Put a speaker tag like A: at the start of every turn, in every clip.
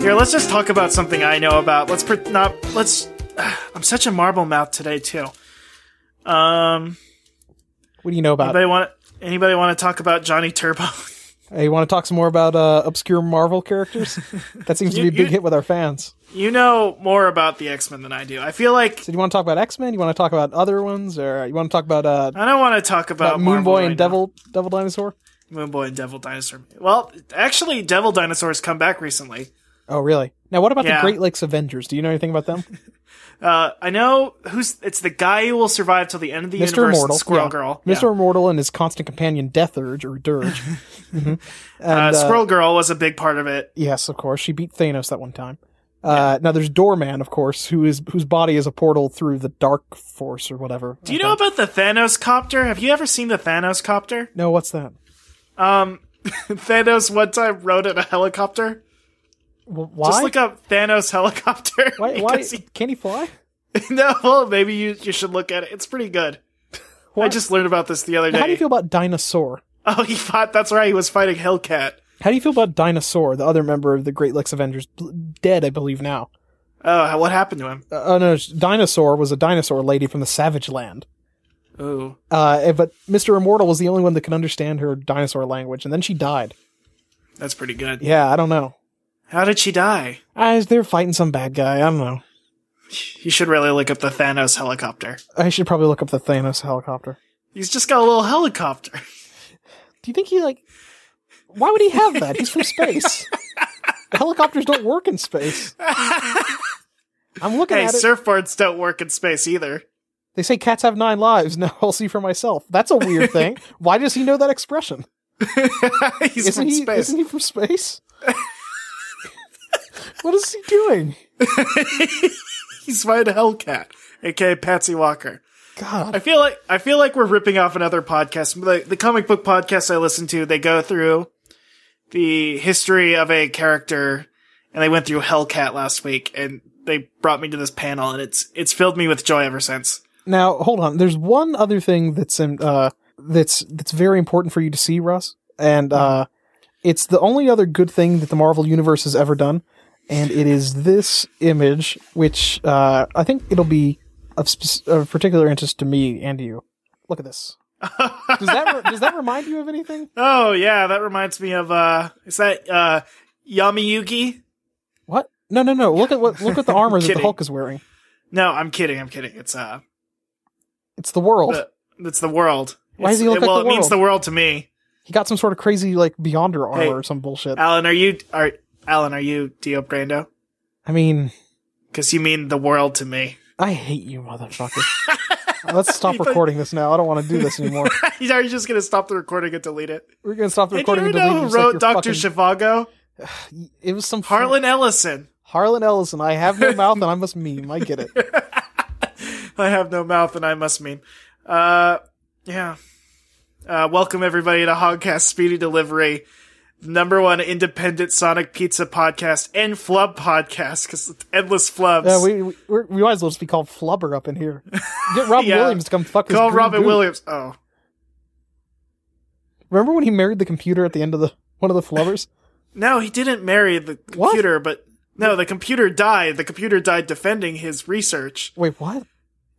A: Here, let's just talk about something I know about. Let's pre- not. Let's. I'm such a marble mouth today too. Um.
B: What do you know about?
A: Anybody want? Anybody want to talk about Johnny Turbo?
B: Hey, you want to talk some more about uh, obscure Marvel characters? That seems to be a
A: You-
B: big
A: you-
B: hit with our fans.
A: you know more about the X Men than I do. I feel like
B: So, do you want to talk about X Men? You want to talk about other ones, or you want to talk about uh,
A: I don't want to talk about,
B: about Moon
A: Marvel
B: Boy
A: right
B: and
A: now.
B: Devil Devil Dinosaur?
A: Moon Boy and Devil Dinosaur. Well, actually, Devil Dinosaur's come back recently.
B: Oh, really? Now, what about
A: Yeah.
B: the Great Lakes Avengers? Do you know anything about them?
A: Uh, I know who's. It's the guy who will survive till the end of the
B: Mr.
A: universe.
B: Immortal,
A: Squirrel
B: yeah.
A: Girl.
B: Mr.
A: Yeah.
B: Immortal and his constant companion Death Urge or Dirge. Mhm. And,
A: Uh,
B: uh,
A: Squirrel Girl was a big part of it.
B: yes, of course, she beat Thanos that one time. Uh, Now there's Doorman, of course, who is whose body is a portal through the Dark Force or whatever.
A: Do you know about the Thanos copter? Have you ever seen the Thanos copter?
B: No, what's that?
A: Um, Thanos one time rode in a helicopter.
B: W- Why?
A: Just look up Thanos helicopter.
B: why? Why
A: because
B: can't he fly?
A: he- no, well, maybe you, you should look at it. It's pretty good. I
B: What?
A: just learned about this the other day.
B: How do you feel about Dinosaur?
A: Oh, he fought. That's right. He was fighting Hellcat.
B: How do you feel about Dinosaur, the other member of the Great Lakes Avengers, bl- dead, I believe now?
A: Oh, what happened to him?
B: Uh, oh no, sh- Dinosaur was a dinosaur lady from the Savage Land.
A: Ooh.
B: Uh, eh, but Mr. Immortal was the only one that could understand her dinosaur language, and then she died.
A: That's pretty good.
B: Yeah, I don't know.
A: How did she die?
B: I, they're fighting some bad guy. I don't know.
A: You should really look up the Thanos helicopter.
B: I should probably look up the Thanos helicopter.
A: He's just got a little helicopter.
B: Do you think he like? Why would he have that? He's from space. Helicopters don't work in space. I'm looking
A: Hey,
B: at it.
A: surfboards don't work in space either.
B: They say cats have nine lives. Now I'll see for myself. That's a weird thing. Why does he know that expression?
A: He's
B: Isn't
A: from
B: he?
A: space.
B: Isn't he from space? what is he doing?
A: He's fighting Hellcat, aka Patsy Walker.
B: God,
A: I feel like I feel like we're ripping off another podcast. The, the comic book podcast I listen to, they go through the history of a character, and they went through Hellcat last week, and they brought me to this panel, and it's it's filled me with joy ever since.
B: Now, hold on. There's one other thing that's in, uh, that's that's very important for you to see, Russ, and uh, it's the only other good thing that the Marvel Universe has ever done, and it is this image, which uh, I think it'll be of, sp- of particular interest to me and you. Look at this. does that re- does that remind you of anything?
A: Oh yeah, that reminds me of uh, is that uh, Yamayuki?
B: What? No, no, no. Look at what look at the armor that the
A: Kidding.
B: Hulk is wearing.
A: No, I'm kidding. I'm kidding. It's uh,
B: It's the world.
A: the, it's the world.
B: Why
A: It's-
B: does he look like
A: well,
B: the
A: it means
B: world?
A: the world to me.
B: he got some sort of crazy like Beyonder armor
A: Hey, uh,
B: or some bullshit.
A: Alan, are you are Alan? Are you Dio Brando?
B: I mean,
A: Because you mean the world to me.
B: I hate you, motherfucker. Let's stop recording this now. I don't want to do this anymore.
A: Are you just gonna stop the recording and delete it?
B: We're gonna stop the
A: Did you
B: recording.
A: ever
B: and
A: know who
B: delete it,
A: wrote
B: just like
A: Doctor
B: your
A: Shivago?
B: fucking- It was some
A: Harlan Ellison.
B: Harlan Ellison. I have no mouth and I must meme. I get it.
A: I have no mouth, and I must mean. Uh, yeah. Uh, welcome everybody to Hogcast Speedy Delivery, number one independent Sonic Pizza podcast and flub podcast because endless flubs.
B: Yeah, we, we we're- we might as well just be called Flubber up in here. Get Robin
A: Yeah.
B: Williams to come fuck his
A: Call
B: green
A: Robin
B: goo.
A: Williams. Oh,
B: Remember when he married the computer at the end of the one of the Flubbers?
A: No, he didn't marry the
B: What?
A: computer, but no, the computer died. The computer died defending his research.
B: Wait, what?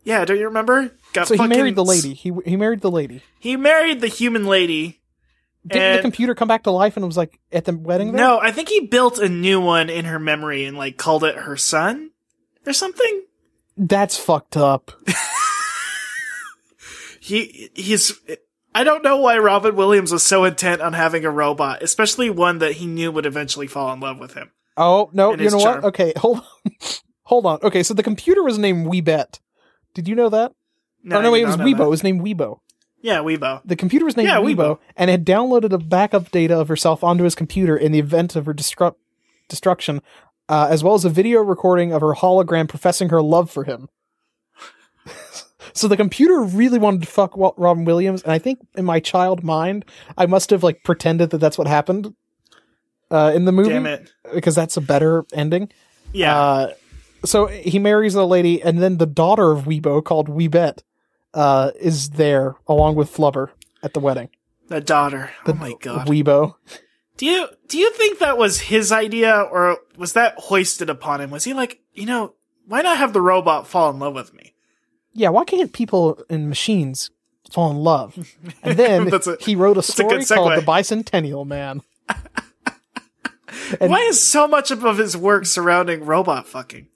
A: Yeah, don't you remember? Got
B: So he
A: fucking-
B: married the lady. He he married the lady.
A: He married the human lady.
B: Didn't the
A: And-
B: computer come back to life and was like at the wedding? There?
A: No, I think he built a new one in her memory and like called it her son or something.
B: that's fucked up.
A: He he's I don't know why Robin Williams was so intent on having a robot, especially one that he knew would eventually fall in love with him.
B: Oh no!
A: And
B: You
A: his
B: know
A: charm.
B: what? Okay, hold on. hold on. Okay, so the computer was named Weebet. Did you know that? oh no,
A: I
B: wait,
A: did
B: it was
A: not know
B: Weibo. It
A: that.
B: was named Weibo.
A: Yeah, Weibo.
B: The computer was named
A: Yeah,
B: Weibo,
A: Weibo.
B: and had downloaded a backup data of herself onto his computer in the event of her destru- destruction, uh, as well as a video recording of her hologram professing her love for him. so the computer really wanted to fuck Wa- Robin Williams, and I think in my child mind, I must have like pretended that that's what happened uh, in the movie
A: Damn it.
B: because that's a better ending.
A: Yeah.
B: Uh, so he marries a lady, and then the daughter of Weibo, called Weebet, uh, is there along with Flubber at the wedding.
A: the daughter. Oh my god.
B: Weibo.
A: Do you do you think that was his idea or was that hoisted upon him? Was he like, you know, why not have the robot fall in love with me?
B: Yeah, why can't people and machines fall in love? And then
A: That's a-
B: he wrote a
A: a
B: story
A: good
B: called
A: segue.
B: The Bicentennial Man.
A: why is so much of his work surrounding robot fucking?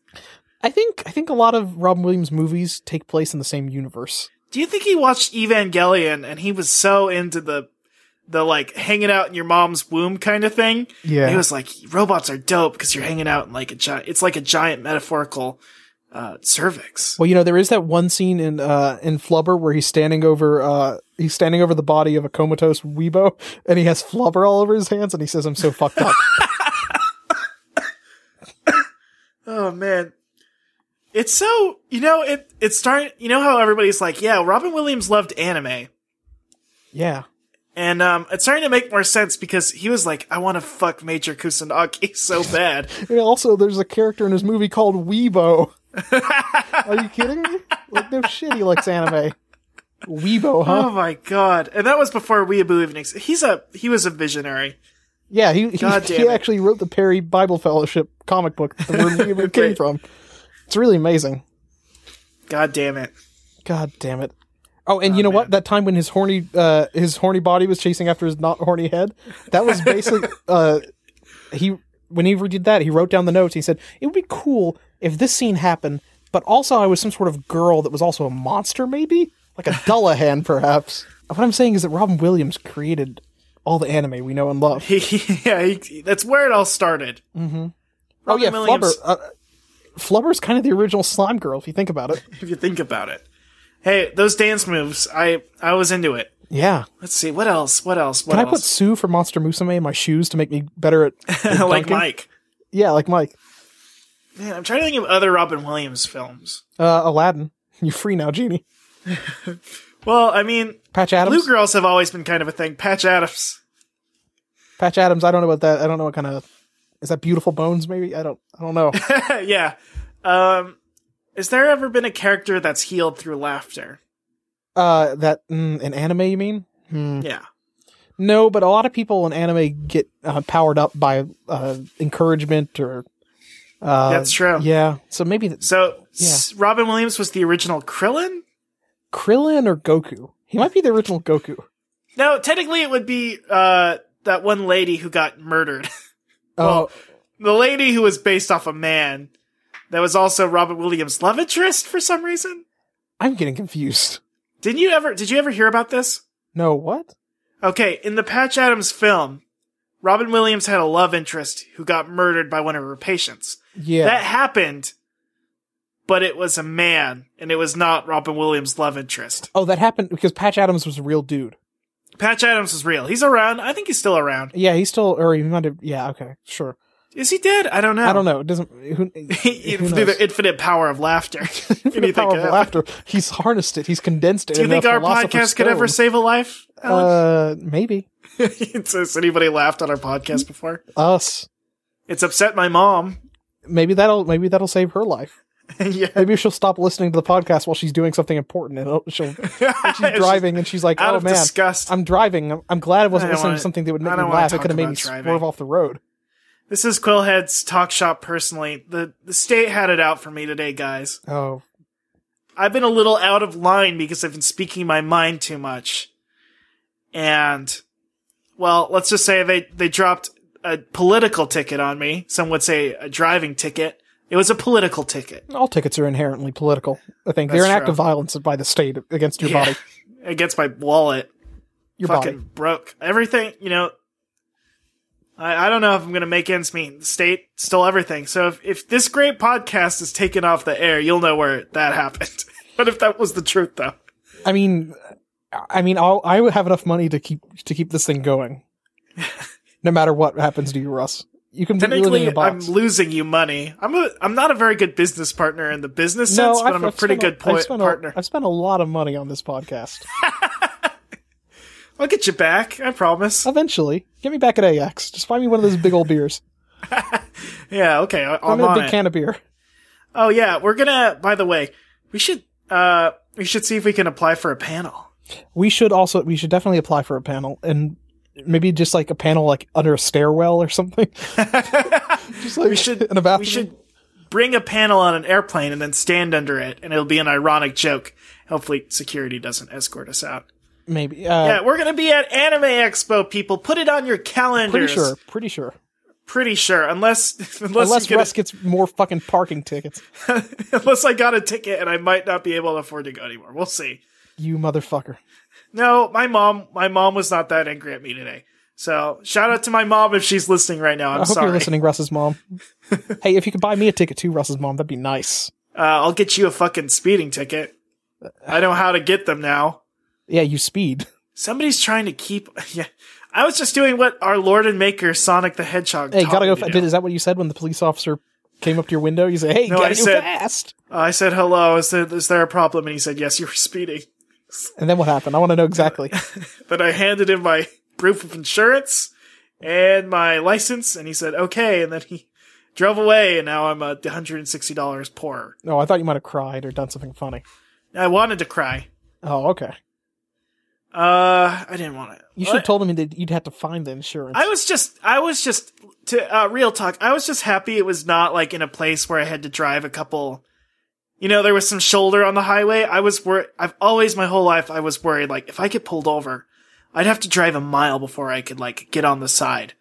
B: I think I think a lot of Robin Williams movies take place in the same universe.
A: Do you think he watched Evangelion and he was so into the the like hanging out in your mom's womb kind of thing?
B: Yeah.
A: He was like, robots are dope because you're hanging out in like a giant. It's like a giant metaphorical uh, cervix.
B: Well, you know, there is that one scene in uh, in Flubber where he's standing over uh, he's standing over the body of a comatose Weibo, and he has Flubber all over his hands, and he says, "I'm so fucked up."
A: Oh man, it's so you know it. It's starting. You know how everybody's like, yeah, Robin Williams loved anime,
B: yeah,
A: and um, it's starting to make more sense because he was like, I want to fuck Major Kusanagi so bad.
B: and also there's a character in his movie called Weibo. Are you kidding me? Like no shit, he likes anime. Weibo, huh?
A: oh my god! And that was before Weeaboo even. Ex- he's a he was a visionary.
B: yeah, he he,
A: God damn
B: he
A: it.
B: actually wrote the Perry Bible Fellowship comic book that the word Weibo came
A: Right.
B: from. It's really amazing.
A: God damn it!
B: God damn it. Oh, and you know what? That time when his horny uh, his horny body was chasing after his not horny head, that was basically uh, he when he did that, he wrote down the notes. He said it would be cool if this scene happened, but also I was some sort of girl that was also a monster, maybe like a Dullahan, perhaps. What I'm saying is that Robin Williams created all the anime we know and love.
A: He, yeah, he, that's where it all started.
B: oh yeah,
A: Williams-
B: Flubber. Uh, Flubber's kind of the original slime girl, if you think about it.
A: If you think about it. Hey, those dance moves, I I was into it.
B: Yeah.
A: Let's see, what else? What else? What
B: Can I put
A: else?
B: Sue for Monster Musume in my shoes to make me better at, at
A: like
B: dunking?
A: Mike.
B: Yeah, like Mike.
A: Man, I'm trying to think of other Robin Williams films.
B: Uh, Aladdin. You're free now, Genie.
A: Well, I mean,
B: Patch Adams.
A: Blue Girls have always been kind of a thing. Patch Adams.
B: Patch Adams. I don't know what that. I don't know what kind of. Is that Beautiful Bones? Maybe I don't. I don't know.
A: yeah. Um has there ever been a character that's healed through laughter?
B: uh, that mm, an anime? You mean? Mm.
A: Yeah.
B: No, but a lot of people in anime get uh, powered up by uh, encouragement or. Uh,
A: That's true.
B: Yeah. So maybe that's
A: So s- Robin Williams was the original Krillin?
B: Krillin or Goku. He might be the original Goku. Uh,
A: No, technically it would be uh that one lady who got murdered.
B: Oh,
A: the lady who was based off a man that was also Robin Williams' love interest for some reason.
B: I'm getting confused.
A: Didn't you ever? Did you ever hear about this?
B: No, what?
A: Okay, in the Patch Adams film, Robin Williams had a love interest who got murdered by one of her patients.
B: Yeah.
A: That happened, but it was a man, and it was not Robin Williams' love interest.
B: oh, that happened because Patch Adams was a real dude.
A: Patch Adams was real. He's around. I think he's still around.
B: Yeah, he's still, or he might have. Yeah, okay, sure.
A: Is he dead? I don't know.
B: I don't know. It doesn't. Who, who
A: Through the
B: knows?
A: infinite power of laughter.
B: Through the
A: Anything
B: power
A: could
B: of
A: happen.
B: laughter. He's harnessed it. He's condensed it.
A: Do you
B: in a
A: think our
B: philosopher's
A: podcast could ever
B: stone.
A: save a life? Alex?
B: Uh, maybe
A: Has anybody laughed on our podcast before?
B: us.
A: It's upset my mom.
B: Maybe that'll maybe that'll save her life.
A: yeah,
B: Maybe shell stop listening to the podcast while she's doing something important, and it'll- she'll she's driving and she's like,
A: out
B: "Oh
A: of
B: man,
A: disgust.
B: I'm driving. I'm, I'm glad I wasn't
A: I don't
B: listening
A: wanna-
B: to something that would
A: I
B: make me
A: don't wanna
B: laugh. It
A: talk
B: could have made
A: about
B: me
A: driving.
B: swerve off the road."
A: This is Quillhead's talk shop. Personally, the the state had it out for me today, guys.
B: Oh,
A: I've been a little out of line because I've been speaking my mind too much, and well, let's just say they they dropped a political ticket on me. Some would say a driving ticket. It was a political ticket.
B: all tickets are inherently political. I think they're
A: That's
B: an act
A: true.
B: of violence by the state against your
A: Yeah.
B: body.
A: Against my wallet.
B: Your
A: fucking
B: body.
A: broke. Everything, you know. I, I don't know if I'm gonna make ends meet. The state stole everything. So if, if this great podcast is taken off the air, you'll know where that happened. but if that was the truth, though,
B: I mean, I mean, I'll, I would have enough money to keep to keep this thing going, no matter what happens to you, Russ. You can be living in
A: technically,
B: a
A: I'm
B: box.
A: losing you money. I'm a I'm not a very good business partner in the business sense, but
B: I've-
A: i am a
B: I've
A: pretty good
B: spent
A: point
B: I've spent
A: partner.
B: A, I've spent a lot of money on this podcast.
A: I'll get you back. I promise.
B: Eventually, get me back at AX. Just buy me one of those big old beers.
A: Yeah. Okay. I-
B: I'm
A: I'm
B: a
A: on
B: big
A: it.
B: can of beer.
A: oh yeah. We're gonna. By the way, we should uh we should see if we can apply for a panel.
B: We should also we should definitely apply for a panel and maybe just like a panel like under a stairwell or something. just like
A: we should
B: in a bathroom.
A: we should bring a panel on an airplane and then stand under it, and it'll be an ironic joke. Hopefully, security doesn't escort us out.
B: maybe. Uh,
A: Yeah, we're gonna be at Anime Expo, people. Put it on your calendars.
B: pretty sure. Pretty sure.
A: Pretty sure, unless unless
B: Unless
A: you get a-
B: Russ gets more fucking parking tickets.
A: unless I got a ticket and I might not be able to afford to go anymore. We'll see.
B: You motherfucker.
A: No, my mom, my mom was not that angry at me today. So shout out to my mom if she's listening right now. I'm
B: I hope
A: sorry.
B: you're listening, Russ's mom. hey, if you could buy me a ticket too, Russ's mom, that'd be nice.
A: Uh, I'll get you a fucking speeding ticket. I know how to get them now.
B: Yeah, you speed.
A: Somebody's trying to keep. Yeah, I was just doing what our Lord and Maker Sonic the Hedgehog.
B: Hey,
A: taught
B: gotta
A: me
B: go.
A: to
B: Fa-
A: do.
B: Is that what you said when the police officer came up to your window? You say, "Hey,
A: No, I
B: gotta go
A: said-
B: fast."
A: I said hello. Is there, is there a problem? And he said yes. You were speeding.
B: And then what happened? I want to know exactly.
A: Then I handed him my proof of insurance and my license, and he said okay. And then he drove away, and now I'm uh, 160 dollars poorer.
B: No, I thought you might have cried or done something funny.
A: I wanted to cry.
B: Oh, okay.
A: Uh, I didn't want to.
B: You should have told him that you'd have to find the insurance.
A: I was just, I was just to uh, real talk. I was just happy it was not like in a place where I had to drive a couple. You know, there was some shoulder on the highway. I was worried. I've always, my whole life, I was worried like if I get pulled over, I'd have to drive a mile before I could like get on the side,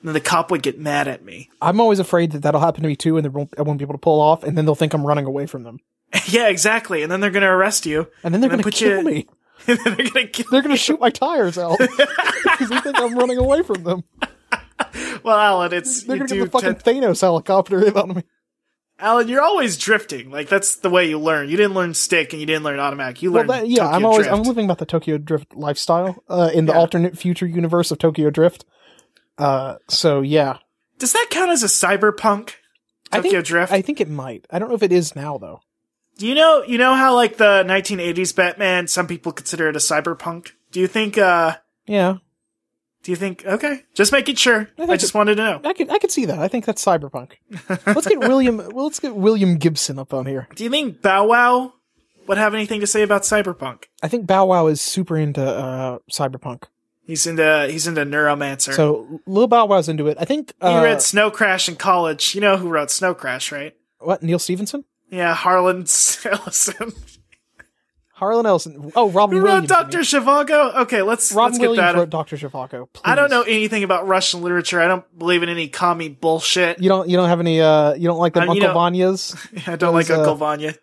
A: and then the cop would get mad at me.
B: I'm always afraid that that'll happen to me too, and they won't, I won't be able to pull off, and then they'll think I'm running away from them,
A: yeah, exactly. And then they're gonna arrest you.
B: and then they're
A: And then
B: going to
A: put you-
B: kill me.
A: and then they're gonna get.
B: They're going to shoot my tires out because they think I'm running away from them.
A: Well, Alan, it's
B: They're
A: you
B: going to
A: do
B: get the fucking
A: tend-
B: Thanos helicopter in on me.
A: Alan, you're always drifting. Like that's the way you learn. You didn't learn stick, and you didn't learn automatic. You
B: Well,
A: learned.
B: that, yeah,
A: Tokyo
B: I'm always
A: drift.
B: I'm living about the Tokyo Drift lifestyle uh, in the
A: Yeah.
B: alternate future universe of Tokyo Drift. Uh, so yeah,
A: Does that count as a cyberpunk
B: I
A: Tokyo
B: think-
A: Drift?
B: I think it might. I don't know if it is now though.
A: Do you know you know how like the 1980s Batman? Some people consider it a cyberpunk. Do you think? uh
B: Yeah,
A: Do you think? Okay, just making sure.
B: I
A: I,
B: think
A: just wanted to know.
B: I could I could see that. I think that's cyberpunk. let's get William. Well, let's get William Gibson up on here.
A: Do you think Bow Wow would have anything to say about cyberpunk?
B: I think Bow Wow is super into uh, cyberpunk.
A: He's into he's into neuromancer.
B: So Lil Bow Wow's into it. I think
A: he
B: uh,
A: read Snow Crash in college. You know who wrote Snow Crash, right?
B: what Neil Stevenson,
A: Yeah, Harlan Ellison.
B: Harlan Ellison. Oh, Robin
A: Who wrote
B: Williams. I mean.
A: Doctor Shivago? Okay, let's
B: Robin
A: let's get
B: Williams
A: that.
B: wrote Doctor Zhivago.
A: I don't know anything about Russian literature. I don't believe in any commie bullshit.
B: You don't. You don't have any. Uh, you don't like the
A: Um, you
B: Uncle
A: know-
B: Vanya's.
A: I don't
B: was,
A: like Uncle
B: uh,
A: Vanya.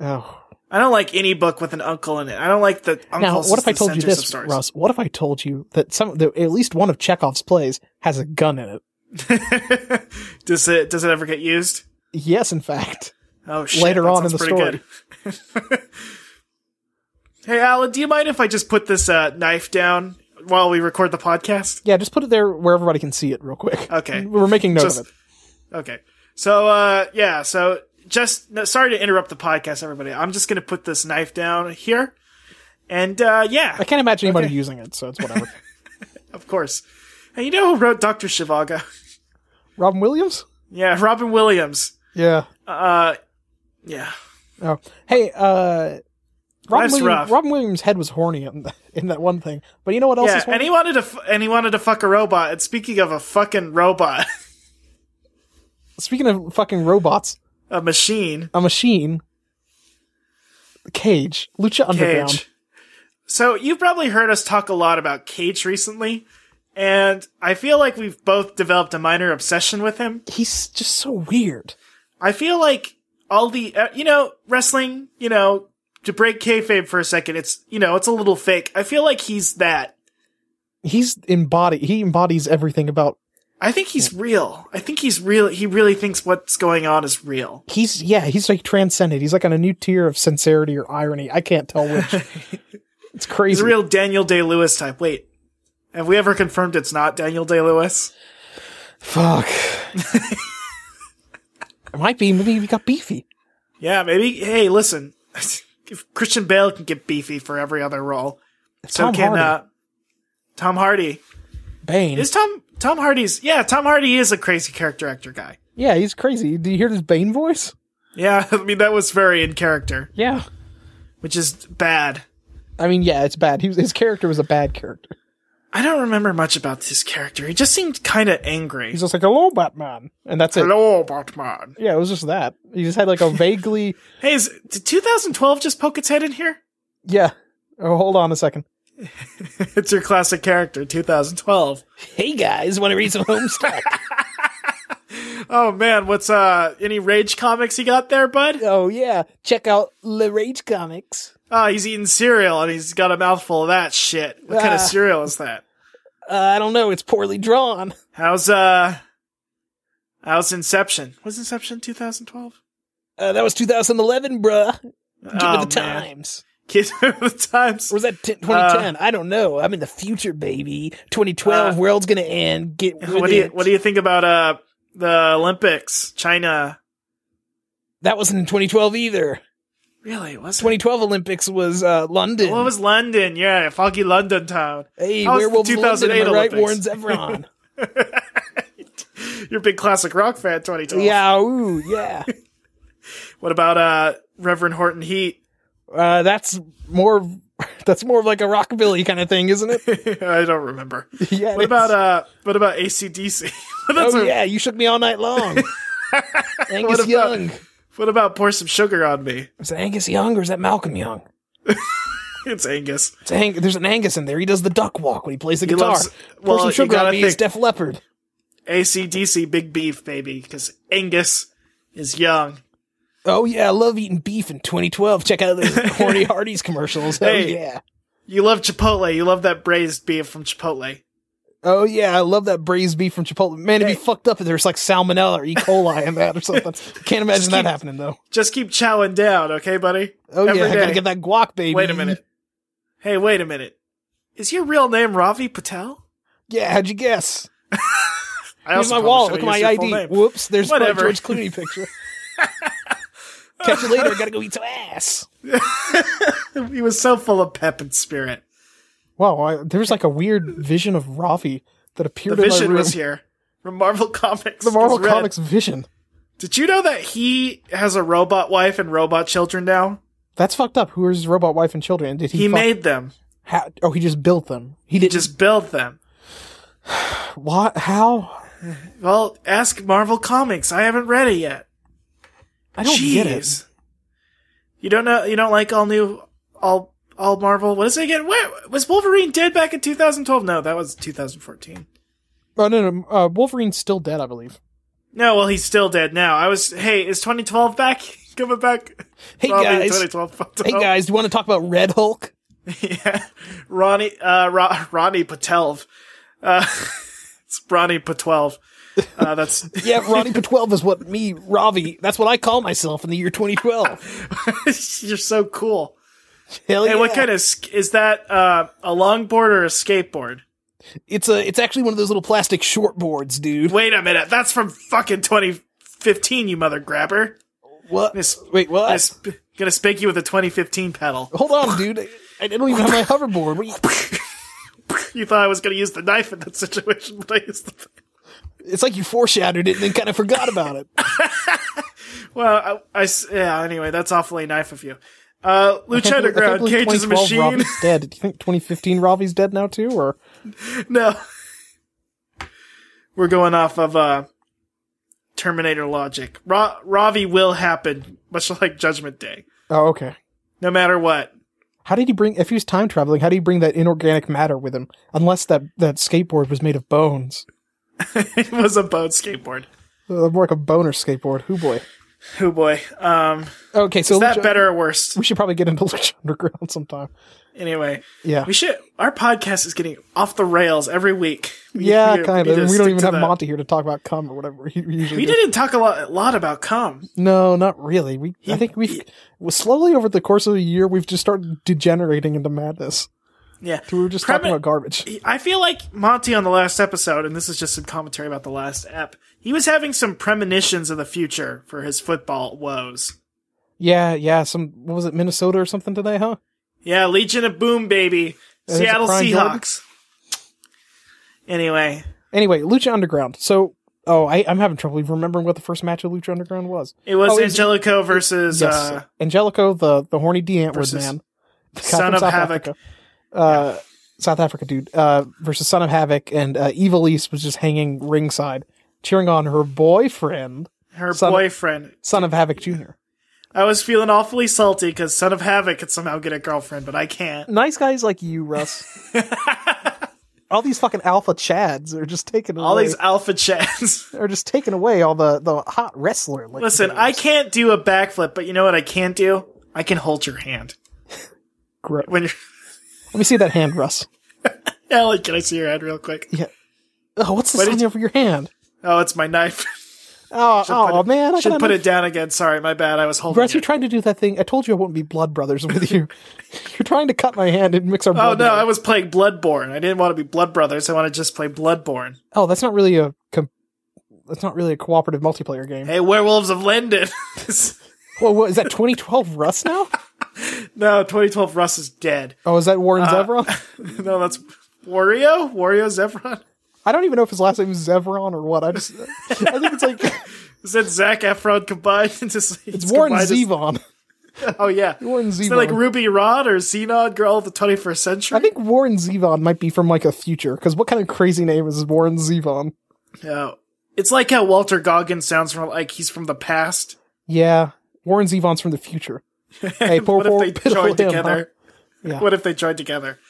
B: Oh.
A: I don't like any book with an uncle in it. I don't like the uncles.
B: Now, what
A: as
B: if I
A: the
B: told you
A: centers of
B: this,
A: stories.
B: Russ? What if I told you that some, that at least one of Chekhov's plays has a gun in it?
A: does it does it ever get used?
B: Yes, in fact.
A: Oh shit!
B: Later
A: that
B: on in
A: sounds
B: the
A: pretty good. hey, Alan, do you mind if I just put this uh, knife down while we record the podcast?
B: Yeah, just put it there where everybody can see it, real quick.
A: Okay.
B: we're making note
A: Just-
B: of it.
A: Okay. So uh, yeah. So just no, sorry to interrupt the podcast, everybody. I'm just gonna put this knife down here, and uh, yeah,
B: I can't imagine anybody using it, so it's whatever.
A: of course. And you know who wrote Doctor Shivago?
B: Robin Williams.
A: yeah, Robin Williams.
B: Yeah.
A: Uh, yeah.
B: Oh, hey, uh, Robin
A: Life's
B: Williams,
A: rough.
B: Robin Williams' head was horny in, in that one thing. But you know what else
A: Yeah,
B: is horny?
A: and he wanted to, f- and he wanted to fuck a robot. And speaking of a fucking robot,
B: Speaking of fucking robots,
A: a machine
B: a machine, Cage, Lucha Underground.
A: cage. So you've probably heard us talk a lot about Cage recently, and I feel like we've both developed a minor obsession with him.
B: He's just so weird.
A: I feel like all the, uh, you know, wrestling, you know, to break kayfabe for a second, it's you know, it's a little fake. I feel like he's that.
B: He's embody. He embodies everything about
A: I think he's real. I think he's real. He really thinks what's going on is real.
B: he's yeah he's like transcended he's like on a new tier of sincerity or irony i can't tell which it's
A: He's
B: crazy
A: a real Daniel Day Lewis type. Wait, have we ever confirmed it's not Daniel Day Lewis?
B: fuck it might be maybe he got beefy
A: Yeah, maybe. Hey, listen, if Christian Bale can get beefy for every other role, so
B: Tom
A: can
B: Hardy.
A: Uh, Tom Hardy.
B: bane
A: Is Tom Tom Hardy's? Yeah, Tom Hardy is a crazy character actor guy.
B: yeah he's crazy do you hear this bane voice
A: Yeah, I mean that was very in character,
B: yeah
A: which is bad.
B: i mean yeah it's bad he was, his character was a bad character
A: I don't remember much about this character. He just seemed kind of angry.
B: He's just like, hello, Batman. And that's it.
A: Hello, Batman.
B: Yeah, it was just that. He just had like a vaguely.
A: Hey, is, did 2012 just poke its head in here?
B: Yeah. Oh, hold on a second.
A: it's your classic character, 2012.
B: Hey guys, want to read some Homestuck?
A: Oh man, what's uh any rage comics you got there, bud?
B: oh yeah, check out Le Rage Comics.
A: Oh, he's eating cereal and he's got a mouthful of that shit. What kind
B: Ah.
A: of cereal is that?
B: Uh, I don't know, it's poorly drawn.
A: How's uh How's Inception? Was Inception 2012?
B: Uh, that was 2011, bruh. Give
A: Oh,
B: it the
A: man.
B: times.
A: Kids of the times.
B: Or was that 10, 2010? I don't know. I'm in the future, baby. 2012,
A: Uh,
B: world's gonna end. Get with
A: What do you
B: it.
A: what do you think about uh the Olympics? China.
B: that wasn't in 2012 either.
A: Really? Was
B: 2012 Olympics was uh, London.
A: What was London? Yeah, foggy London town.
B: hey,
A: How was the
B: werewolf of London, am I
A: 2008
B: right? Warren
A: Olympics?
B: Zevron.
A: You're a big classic rock fan 2012.
B: yeah, ooh, yeah.
A: What about uh Reverend Horton Heat?
B: Uh, that's more. That's more of like a rockabilly kind of thing, isn't it?
A: I don't remember.
B: yeah.
A: What about uh what about ACDC? That's
B: oh
A: a-
B: yeah, you shook me all night long. Angus
A: about-
B: Young.
A: What about pour some sugar on me?
B: Is it Angus Young or is that Malcolm Young?
A: It's Angus.
B: It's Ang- There's an Angus in there. He does the duck walk when he plays the
A: He
B: guitar.
A: loves-
B: Pour
A: well,
B: some
A: you
B: sugar on
A: gotta
B: me. It's
A: think-
B: Def Leppard.
A: ACDC Big Beef, baby, because Angus is young.
B: Oh yeah, I love eating beef in 2012. Check out those horny Hardee's commercials. Oh
A: Hey.
B: yeah.
A: You love Chipotle. You love that braised beef from Chipotle.
B: Oh yeah, I love that braised beef from Chipotle. Man, it'd be fucked up if there's like salmonella or E. coli in that or something. Can't imagine that
A: keep-
B: happening though.
A: Just keep chowing down, okay, buddy?
B: Oh
A: Every
B: yeah, I gotta
A: day.
B: get that guac, baby.
A: Wait a minute. Hey, wait a minute. Is your real name Ravi Patel?
B: Yeah, how'd you guess?
A: I
B: Here's
A: also
B: my
A: probably
B: wallet. Look
A: should've
B: at my
A: used your
B: ID.
A: full name.
B: Whoops, there's my
A: Whatever.
B: George Clooney picture. Catch you later. Gotta go eat some ass.
A: He was so full of pep and spirit.
B: Wow, I, there was like a weird vision of Ravi that
A: The
B: appeared in my
A: vision
B: room.
A: was here from Marvel Comics.
B: the Marvel
A: It's red.
B: Comics vision.
A: Did you know that he has a robot wife and robot children now?
B: That's fucked up. Who is his robot wife and children? And Did he?
A: He
B: fuck-
A: made them.
B: How, oh, he just built them. He
A: He
B: didn't.
A: just built them.
B: What? How?
A: Well, ask Marvel Comics. I haven't read it yet.
B: I don't
A: Jeez.
B: get it.
A: You don't know. You don't like all new, all all Marvel. What is it again? Where, was Wolverine dead back in 2012? No, that was 2014.
B: Oh no, no. Uh, Wolverine's still dead, I believe.
A: No, well he's still dead now. I was. Hey, is 2012 back? Coming back?
B: Hey,
A: Robbie,
B: guys.
A: 2012.
B: Hey guys, do you want to talk about Red Hulk?
A: yeah, Ronnie. Uh, Ro- Ronnie Patel. Uh, it's Ronnie Patel. Uh, that's
B: Yeah, Ronnie Patwelve is what me, Ravi. That's what I call myself in the year 2012.
A: you're so cool.
B: Hell
A: Hey,
B: yeah.
A: what kind of sk- is that? Uh, a longboard or a skateboard?
B: It's a. It's actually one of those little plastic short boards, dude.
A: Wait a minute, that's from fucking 2015, you mother grabber.
B: What?
A: Miss-
B: Wait, what?
A: I sp- gonna spank you with a 2015 pedal.
B: Hold on, dude. I- I don't even have my hoverboard. What you-
A: You thought I was gonna use the knife in that situation, but I used the.
B: It's like you foreshadowed it and then kind of forgot about it.
A: Well, I, I s- yeah. Anyway, that's awfully knife of you. Uh, Lucha
B: I can't believe- I can't
A: Underground,
B: believe
A: Cage's
B: 2012
A: Machine.
B: Ravi's dead. Do you think 2015 Ravi's dead now too, or
A: no, we're going off of uh, Terminator logic. Ra- Ravi will happen, much like Judgment Day,
B: oh okay.
A: no matter what.
B: How did he bring? If he was time traveling, how did he bring that inorganic matter with him? Unless that that skateboard was made of bones,
A: it was a bone skateboard.
B: uh, more like a boner skateboard. Who boy?
A: Oh boy. Um,
B: Okay, so
A: is that
B: Lucha-
A: better or worse?
B: We should probably get into Lucha Underground sometime.
A: Anyway,
B: Yeah,
A: we should. Our podcast is getting off the rails every week. We-
B: yeah,
A: we-
B: kind
A: we
B: of.
A: just
B: We don't
A: stick
B: even
A: to
B: have
A: the-
B: Monty here to talk about cum or whatever. We usually
A: We
B: do.
A: didn't talk a lot, a lot about cum.
B: No, not really. We I think we've well, slowly over the course of the year we've just started degenerating into madness.
A: Yeah,
B: We were just talking
A: Premi-
B: about garbage.
A: I feel like Monty on the last episode, and this is just some commentary about the last ep. He was having some premonitions of the future for his football woes.
B: Yeah, yeah. Some what was it, Minnesota or something today, huh?
A: Yeah, Legion of Boom, baby,
B: there's a
A: Seattle
B: Prime Jordan.
A: Seahawks. Anyway,
B: Anyway, Lucha Underground. So, oh, I, I'm having trouble even remembering what the first match of Lucha Underground was.
A: it was
B: Oh, it was-
A: Angelico versus
B: Yes,
A: uh,
B: Angelico, the the horny D Antwood
A: versus
B: man, The guy
A: Son
B: from
A: of
B: South
A: Havoc.
B: Africa. Uh, South Africa dude uh, versus Son of Havoc, and uh, Eva Lise was just hanging ringside, cheering on her boyfriend,
A: Her
B: Son-
A: boyfriend.
B: Son of Havoc Jr.
A: I was feeling awfully salty because Son of Havoc could somehow get a girlfriend, but I can't.
B: Nice guys like you, Russ. all these fucking alpha chads are just taking
A: All
B: away,
A: these alpha chats.
B: are just taking away all the the hot wrestler. Like
A: Listen, I can't do a backflip, but you know what I can do? I can hold your hand.
B: Gross.
A: When you're
B: let me see that hand, Russ.
A: Ellie, can I see your hand real quick?
B: Yeah. Oh, what's
A: Why
B: this
A: did
B: on
A: you-
B: over your hand?
A: Oh, it's my knife.
B: Oh,
A: put
B: oh
A: it-
B: man, I
A: should
B: gotta
A: put
B: know-
A: it down again. Sorry, my bad. I was holding
B: Russ, you're
A: it.
B: trying to do that thing. I told you I wouldn't be blood brothers with you. you're trying to cut my hand and mix our
A: Oh
B: blood.
A: no, I
B: together.
A: was playing Bloodborne. I didn't want to be Blood Brothers. I want to just play Bloodborne.
B: Oh, that's not really a. Com- that's not really a cooperative multiplayer game.
A: Hey, Werewolves of Linden.
B: Well, what is that? 2012 Russ now?
A: no, 2012 Russ is dead.
B: Oh, is that Warren
A: Uh,
B: Zevron?
A: No, that's Wario. Wario Zevron.
B: I don't even know if his last name is Zevron or what. I just, I think it's like
A: Is that Zach Efron combined into?
B: it's Warren Zevon.
A: Oh yeah,
B: Warren
A: Is that like
B: Zevon.
A: Ruby Rod or Xenon Girl of the 21st
B: I
A: Century?
B: think Warren Zevon might be from like a future. Because what kind of crazy name is Warren Zevon?
A: No. It's like how Walter Goggins sounds from like he's from the past.
B: Yeah, Warren Zevon's from the future. Hey, poor,
A: What if
B: poor
A: they
B: pitiful
A: joined
B: him, huh?
A: together?
B: Yeah.
A: What if they joined together?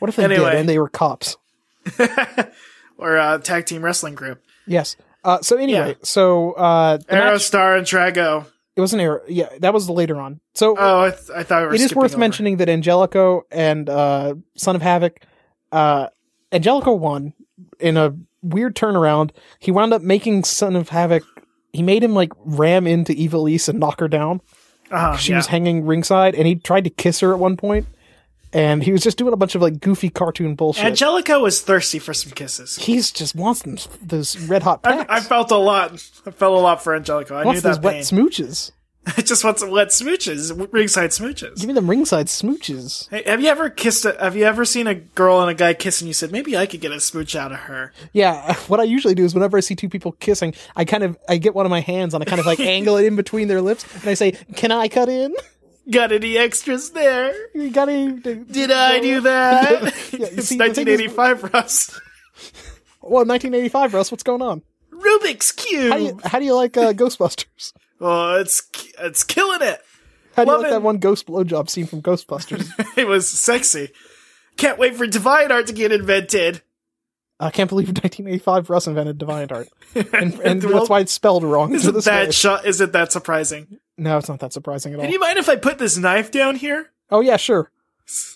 B: What if they
A: Anyway.
B: did and they were cops?
A: Or uh, tag team wrestling group.
B: Yes. Uh, so anyway,
A: Yeah.
B: so uh, the match-
A: Aerostar and Drago.
B: it was an error. Yeah, that was later on. So
A: Oh, I, th- I thought we were
B: it is
A: skipping
B: worth
A: over.
B: mentioning that Angelico and uh, Son of Havoc, uh, Angelico won in a weird turnaround. He wound up making Son of Havoc. He made him like ram into Eva Lise and knock her down.
A: Uh-huh,
B: She
A: yeah.
B: was hanging ringside, and he tried to kiss her at one point, And he was just doing a bunch of like goofy cartoon bullshit.
A: Angelica was thirsty for some kisses.
B: He's just wants them, those red hot
A: I,
B: packs.
A: I felt a lot. I felt a lot for Angelica. I
B: wants
A: knew
B: those
A: that
B: wet
A: pain.
B: smooches.
A: I just want some wet smooches, w- ringside smooches.
B: Give me them ringside smooches.
A: Hey, have you ever kissed? A, have you ever seen a girl and a guy kiss, and you said maybe I could get a smooch out of her?
B: Yeah, what I usually do is whenever I see two people kissing, I kind of I get one of my hands and I kind of like angle it in between their lips and I say, "Can I cut in?
A: Got any extras there?
B: You got any?"
A: Did I do that? it's
B: see, the thing is-
A: 1985, Russ.
B: Well, 1985, Russ. What's going on?
A: Rubik's cube.
B: How do you, how do you like uh, Ghostbusters?
A: oh, it's ki- it's killing it.
B: How do you
A: Love
B: like
A: it.
B: that one ghost blowjob scene from Ghostbusters?
A: It was sexy. Can't wait for divine art to get invented.
B: I can't believe 1985 Russ invented Divine Art, and, and
A: Well,
B: that's why it's spelled wrong. to
A: Isn't
B: this
A: that
B: day.
A: shot? Isn't that surprising?
B: no, it's not that surprising at all.
A: Do you mind if I put this knife down here?
B: oh yeah, sure.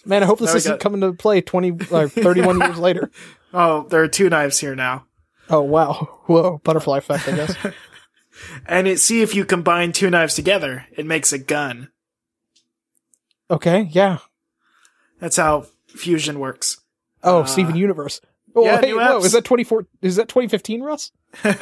B: Man, I hope this
A: Now we
B: isn't
A: got-
B: coming to play 20 or 31 years later.
A: Oh, there are two knives here now.
B: Oh wow, whoa, butterfly effect, I guess.
A: And it, see if you combine two knives together, it makes a gun.
B: Okay, yeah.
A: That's how fusion works.
B: Oh, Steven Universe. Oh,
A: Uh, yeah,
B: hey,
A: new
B: whoa,
A: apps.
B: is that 24 is that 2015 Russ?
A: yeah,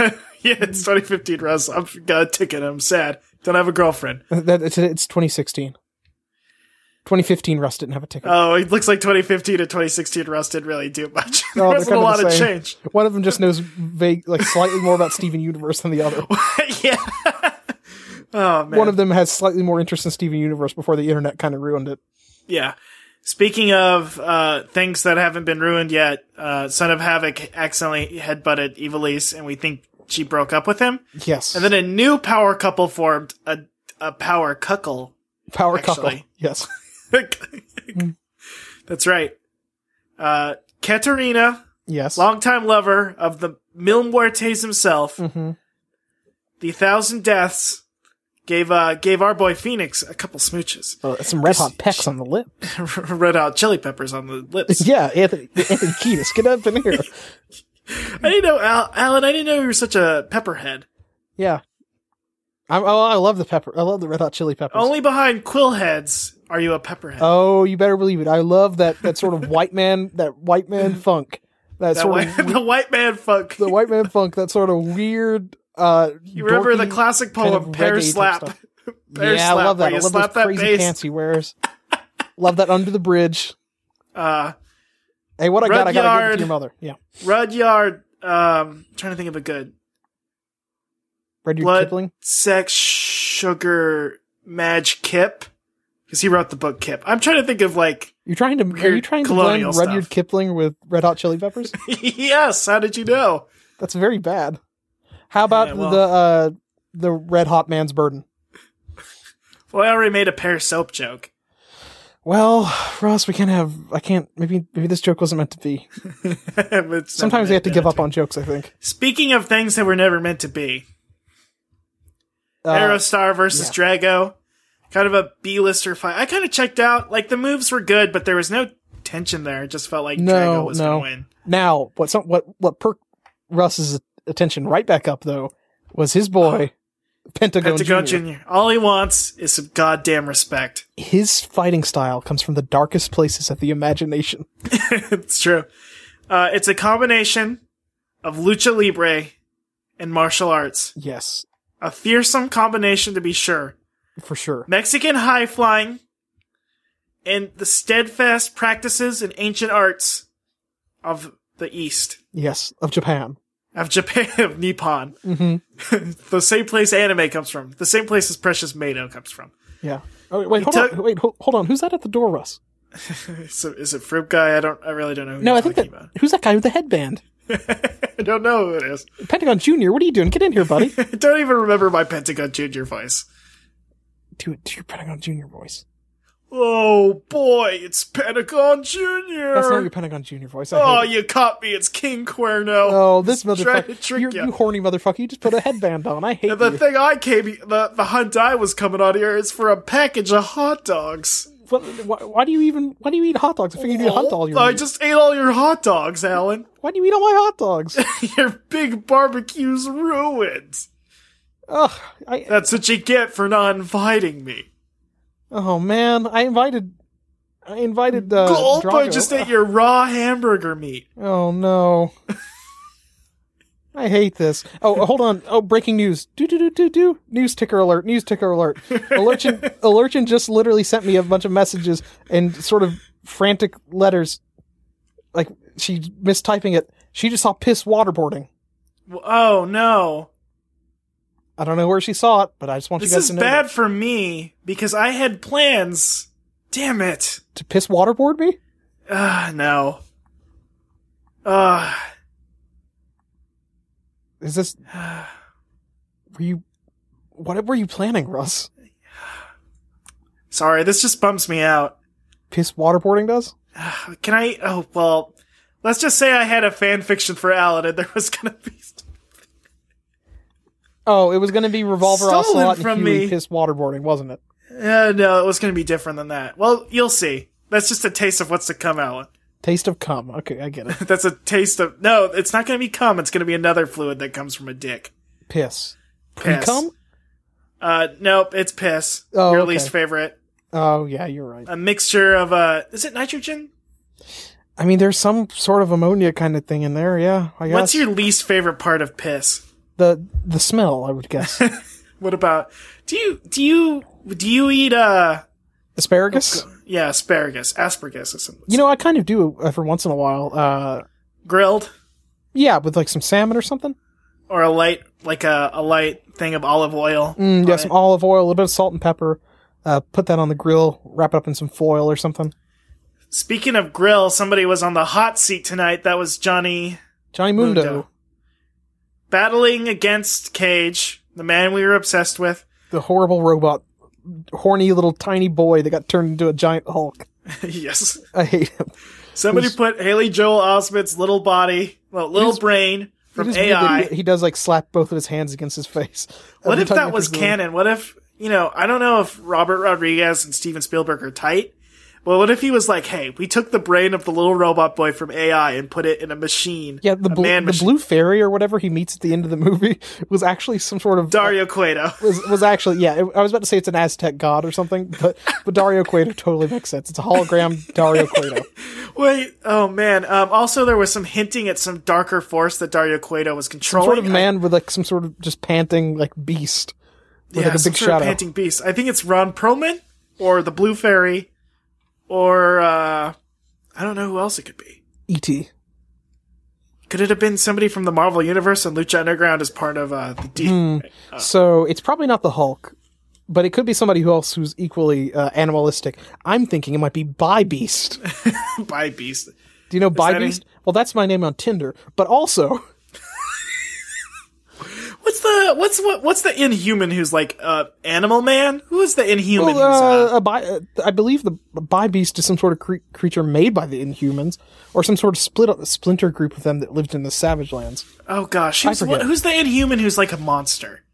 A: it's 2015, Russ. I've got a ticket. I'm sad. Don't have a girlfriend.
B: That it's, it's 2016. 2015 Russ didn't have a ticket.
A: Oh, it looks like 2015 to 2016 Russ didn't really do much. there
B: No, Oh, they're
A: wasn't a
B: kinda
A: lot
B: the
A: of
B: same.
A: change.
B: One of them just knows vague like slightly more about Steven Universe than the other.
A: yeah. oh man.
B: One of them has slightly more interest in Steven Universe before the internet kind of ruined it.
A: yeah. Speaking of uh, things that haven't been ruined yet, uh, Son of Havoc accidentally headbutted Evilise, and we think she broke up with him.
B: Yes.
A: And then a new power couple formed a a power cuckle.
B: Power couple.
A: actually.
B: Yes.
A: That's right. Uh, Katerina,
B: Yes.
A: longtime lover of the Mil Muertes himself,
B: Mhm.
A: the Thousand Deaths, gave uh, gave our boy Phoenix a couple smooches.
B: Oh, some red hot pecks on the lip.
A: Red hot chili peppers on the lips.
B: Yeah, Anthony, Anthony Kiedis, get up in here.
A: I didn't know, Al- Alan, I didn't know you were such a pepperhead.
B: Yeah, I, oh, I love the pepper. I love the red hot chili peppers.
A: Only behind quill heads are you a pepperhead.
B: Oh, you better believe it. I love that that sort of white man that white man funk. That,
A: that
B: sort
A: white,
B: of
A: the white man funk.
B: the white man funk, that sort of weird uh
A: you remember the
B: dorky-
A: classic poem
B: kind of
A: Pear
B: reggae-type
A: Slap?
B: stuff.
A: Pear
B: Yeah, I
A: Slap,
B: love that.
A: where
B: I
A: you
B: love
A: slap
B: those
A: that
B: crazy
A: bass.
B: pants he wears. love that under the bridge.
A: Uh,
B: Hey, what I got, I gotta give it
A: Rudyard.
B: to your mother. Yeah.
A: Rudyard, um, trying to think of a good.
B: Rudyard
A: Blood,
B: Kipling.
A: sex, sugar, Madge Kip, because he wrote the book Kip. I'm trying to think of like
B: You're trying to are
A: Weird
B: you trying to blend
A: colonial
B: Rudyard
A: stuff.
B: Kipling with Red Hot Chili Peppers?
A: yes. How did you know?
B: That's very bad. How about
A: Yeah, well-
B: the uh, the Red Hot Man's Burden?
A: Well, I already made a pear soap joke.
B: Well, Ross, we can't have. I can't. Maybe maybe this joke wasn't meant to be.
A: It's never
B: Sometimes we have to
A: been
B: give
A: a
B: up
A: joke.
B: on jokes. I think.
A: Speaking of things that were never meant to be,
B: Uh,
A: Aerostar versus Drago, kind of a B-lister fight. I kind of checked out. Like the moves were good, but there was no tension there. It just felt like
B: No,
A: Drago was
B: no.
A: going to win.
B: Now, what some what what perked Russ's attention right back up though was his boy Pentagon,
A: Pentagon
B: Jr.
A: Junior. All he wants is some goddamn respect.
B: His fighting style comes from the darkest places of the imagination.
A: it's true. Uh, it's a combination of lucha libre and martial arts.
B: Yes,
A: A fearsome combination to be sure.
B: for sure.
A: Mexican high flying and the steadfast practices and ancient arts of the East,
B: Yes, of Japan.
A: of Japan, of Nippon.
B: hmm
A: the same place anime comes from. The same place as Precious Mato comes from.
B: Yeah. Oh, wait, hold
A: took-
B: on. Wait, ho- hold on. Who's that at the door, Russ?
A: So is it Fruit Guy? I don't. I really don't know. Who
B: No,
A: you're
B: I think that
A: talking about.
B: who's that guy with the headband?
A: I don't know who it is.
B: Pentagon Junior. What are you doing? Get in here, buddy.
A: I don't even remember my Pentagon Junior voice.
B: do it. Do your Pentagon Junior voice.
A: Oh boy, it's Pentagon Junior.
B: That's not your Pentagon Junior voice. I
A: oh,
B: hate it.
A: you caught me. It's King Cuerno.
B: oh, this
A: trying to
B: motherfucker!
A: trick
B: You,
A: ya.
B: you horny motherfucker! You just put a headband on. I hate
A: And the
B: you.
A: thing I came, the, the hunt I was coming on here is for a package of hot dogs. Oh,
B: What, why, why do you even? Why do you eat hot dogs? I figured you'd hunt all your.
A: I
B: meat.
A: just ate all your hot dogs, Alan.
B: Why do you eat all my hot dogs?
A: your big barbecue's ruined.
B: Ugh! I,
A: That's what you get for not inviting me.
B: oh man! I invited. I invited. Uh,
A: Gold boy
B: Drago.
A: just ate your raw hamburger meat.
B: Oh no! I hate this. Oh, hold on. Oh, breaking news. Do do do do do. News ticker alert. News ticker alert. Alerchin, Alerchin just literally sent me a bunch of messages and sort of frantic letters. Like she mistyping it. She just saw piss waterboarding.
A: Oh no.
B: I don't know where she saw it, but I just want
A: This
B: you guys
A: is
B: to know
A: bad
B: that.
A: for me because I had plans. Damn it.
B: to piss waterboard me.
A: Ah, no. Ah,
B: Is this? Were you? What were you planning, Russ?
A: sorry, this just bumps me out.
B: Piss waterboarding does.
A: Ah, Can I? Oh, well, let's just say I had a fan fiction for Alan and there was gonna be.
B: Oh, it was going to be revolver
A: Stolen
B: ocelot
A: from
B: and Huey
A: me.
B: piss waterboarding, wasn't it?
A: Uh, no, it was gonna be different than that. Well, you'll see. That's just a taste of what's to come, Alan.
B: Taste of cum. Okay, I get it.
A: That's a taste of. No, it's not gonna be cum, it's gonna be another fluid that comes from a dick.
B: Piss. Pre
A: Piss.
B: cum.
A: Uh, nope, it's piss.
B: Oh,
A: Your
B: okay.
A: least favorite.
B: Oh yeah, you're right.
A: A mixture of, uh, is it nitrogen?
B: I mean, there's some sort of ammonia kind of thing in there. Yeah, I guess
A: What's your least favorite part of piss?
B: the the smell. I would guess
A: What about do you do you do you eat uh
B: asparagus.
A: yeah asparagus asparagus or something
B: you know, I kind of do every once in a while. Uh,
A: grilled
B: yeah, with like some salmon or something.
A: or a light like a, a light thing of olive oil
B: Mm, yeah,
A: on
B: some
A: it?
B: olive oil, a little bit of salt and pepper. Uh, put that on the grill. Wrap it up in some foil or something.
A: Speaking of grill, somebody was on the hot seat tonight. That was Johnny
B: Johnny Mundo.
A: Mundo. battling against Cage, the man we were obsessed with.
B: the horrible robot, horny little tiny boy that got turned into a giant Hulk.
A: yes.
B: I hate him.
A: Somebody
B: Who's-
A: put Haley Joel Osment's little body, well, little
B: is-
A: brain
B: It
A: from
B: is weird that
A: AI.
B: He, he does like slap both of his hands against his face.
A: What
B: every
A: if
B: time
A: that
B: he
A: was
B: enters the room.
A: canon? What if, you know, I don't know if Robert Rodriguez and Steven Spielberg are tight, but what if he was like, hey, we took the brain of the little robot boy from AI and put it in a machine?
B: Yeah, the,
A: a
B: bl-
A: man
B: the
A: machine.
B: blue fairy or whatever he meets at the end of the movie was actually some sort of
A: Dario Cueto.
B: was was actually yeah. it- I was about to say it's an Aztec god or something, but but Dario Cueto totally makes sense. It's a hologram Dario Cueto.
A: Wait, oh man. Um, also, there was some hinting at some darker force that Dario Cueto was controlling.
B: Sort of
A: I-
B: man with like some sort of just panting like beast with
A: yeah,
B: like a
A: some
B: big
A: sort of
B: shadow.
A: panting beast. I think it's Ron Perlman or the Blue Fairy or, uh, I don't know who else it could be.
B: Et.
A: Could it have been somebody from the
B: Hmm.
A: Marvel Universe and Lucha Underground as part of uh, the D?
B: So it's probably not the Hulk but it could be somebody who else who's equally uh, animalistic. I'm thinking it might be Bi Beast.
A: By Beast.
B: Do you know Bi
A: that a-
B: Beast? Well, that's my name on Tinder, but also
A: What's the what's what what's the inhuman who's like uh animal man? Who is the inhuman who's
B: uh,
A: uh,
B: a bi- uh, I believe the Bi Beast is some sort of cre- creature made by the Inhumans, or some sort of split splinter group of them that lived in the Savage Lands.
A: Oh gosh, who's,
B: forget.
A: what, who's the inhuman who's like a monster?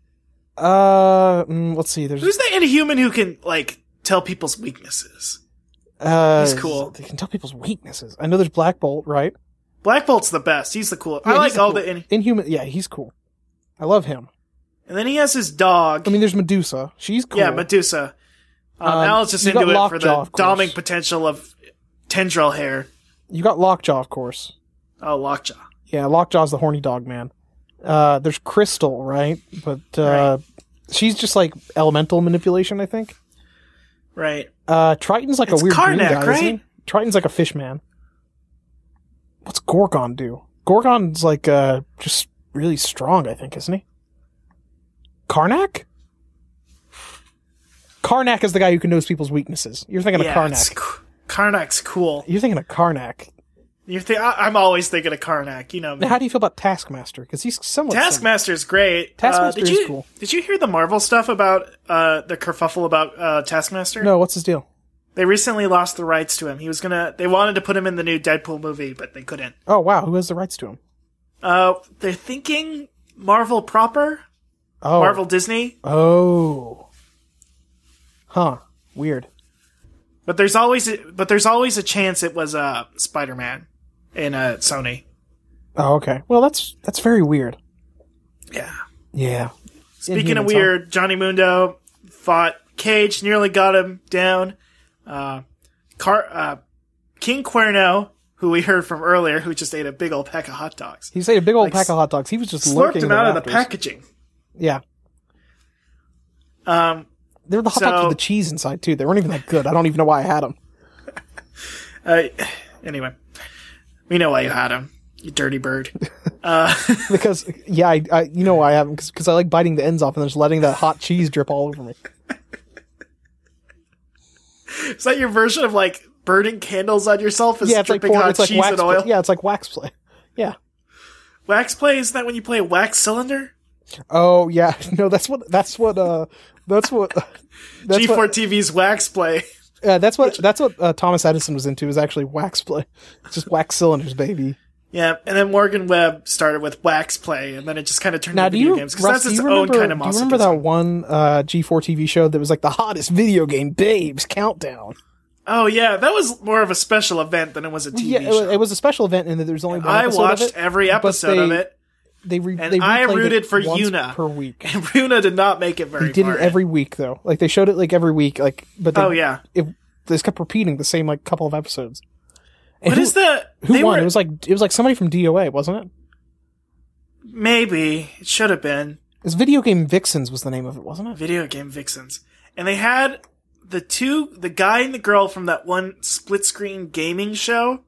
B: Uh, mm, let's see. There's
A: Who's the inhuman who can like tell people's weaknesses?
B: uh,
A: he's cool.
B: They can tell people's weaknesses. I know there's Black Bolt, right?
A: Black Bolt's the best. He's the coolest. I
B: Yeah,
A: like
B: he's
A: all
B: cool-
A: the in-
B: Inhuman. Yeah, he's cool. I love him.
A: and then he has his dog.
B: I mean, there's Medusa. She's cool.
A: Yeah, Medusa. Um,
B: Um,
A: Al's just
B: you got
A: into it for
B: Lockjaw,
A: the
B: of course.
A: doming potential of tendril hair.
B: you got Lockjaw, of course.
A: Oh, Lockjaw.
B: Yeah, Lockjaw's the horny dog man. Uh, there's Crystal, right? But uh, she's just like elemental manipulation, I think.
A: Right.
B: Uh, Triton's like
A: It's
B: a weird green
A: Karnak,
B: guy, isn't he?
A: right?
B: Triton's like a fish man. What's Gorgon do? Gorgon's like uh, just really strong, I think, isn't he? Karnak? Karnak is the guy who can notice people's weaknesses. You're thinking of
A: Yeah,
B: Karnak.
A: it's c- Karnak's cool.
B: You're thinking of Karnak.
A: You think I- I'm always thinking of Karnak. You know, me.
B: Now, how do you feel about Taskmaster? Because he's somewhat similar.
A: Taskmaster's great. Uh,
B: Taskmaster
A: did
B: is
A: you,
B: cool.
A: Did you hear the Marvel stuff about uh, the kerfuffle about uh, Taskmaster?
B: No, what's his deal?
A: They recently lost the rights to him. He was gonna. They wanted to put him in the new Deadpool movie, but they couldn't.
B: Oh wow, who has the rights to him?
A: Uh, they're thinking Marvel proper,
B: Oh,
A: Marvel Disney,
B: Oh, huh. Weird.
A: but there's always a, but there's always a chance it was uh Spider Man in uh Sony.
B: Oh, okay. Well, that's that's very weird.
A: Yeah.
B: Yeah.
A: Speaking
B: Inhumans,
A: of weird, Johnny Mundo fought Cage, nearly got him down. Uh, Car- uh, King Cuerno, who we heard from earlier, who just ate a big old pack of hot dogs,
B: huh? He ate a big old
A: Like,
B: pack of hot dogs. He was just
A: slurped
B: lurking
A: him
B: in
A: out of the
B: rafters.
A: packaging.
B: Yeah,
A: Um,
B: they were the hot dogs
A: So-
B: with the cheese inside too. They weren't even that good. I don't even know why I had them.
A: uh, anyway, we know why you had him, you dirty bird.
B: Because yeah, I, I you know why I have them because I like biting the ends off and just letting that hot cheese drip all over me.
A: Is that your version of like burning candles on yourself? Is
B: Yeah, it's like
A: dripping
B: pour,
A: hot
B: it's like
A: cheese
B: wax.
A: and oil?
B: Play. Yeah, it's like wax play. Yeah.
A: Wax play is that when you play a wax cylinder?
B: Oh yeah. No, that's what that's what uh that's what that's
A: G4
B: what
A: TV's wax play.
B: uh, that's what that's what uh, Thomas Edison was into is actually wax play. It's just wax cylinders, baby.
A: Yeah, and then Morgan Webb started with Wax Play, and then it just kind of turned
B: Now,
A: into
B: do
A: video
B: you,
A: games because
B: Russ,
A: that's
B: do
A: its
B: you
A: own
B: remember,
A: kind of
B: do you remember that
A: masochism.
B: one uh, G4 TV show that was like the hottest video game babes countdown?
A: Oh yeah, that was more of a special event than it was a TV
B: yeah, it
A: show.
B: was, it was a special event, and there was only one
A: I
B: episode
A: watched
B: of it.
A: every
B: but
A: episode
B: they,
A: of it,
B: They re-
A: and
B: they
A: I
B: replayed
A: rooted
B: it
A: for
B: once
A: Yuna.
B: per week.
A: and Runa did not make it very
B: They did
A: far.
B: it every week though. Like they showed it like every week. Like but they,
A: oh yeah,
B: it, they just kept repeating the same like couple of episodes. And
A: what
B: who,
A: is the
B: who
A: they
B: won?
A: were-
B: It was like it was like somebody from DOA, wasn't it?
A: maybe it should have been
B: It was Video Game Vixens was the name of it, wasn't it?
A: video game vixens, and they had the two the guy and the girl from that one split screen gaming show.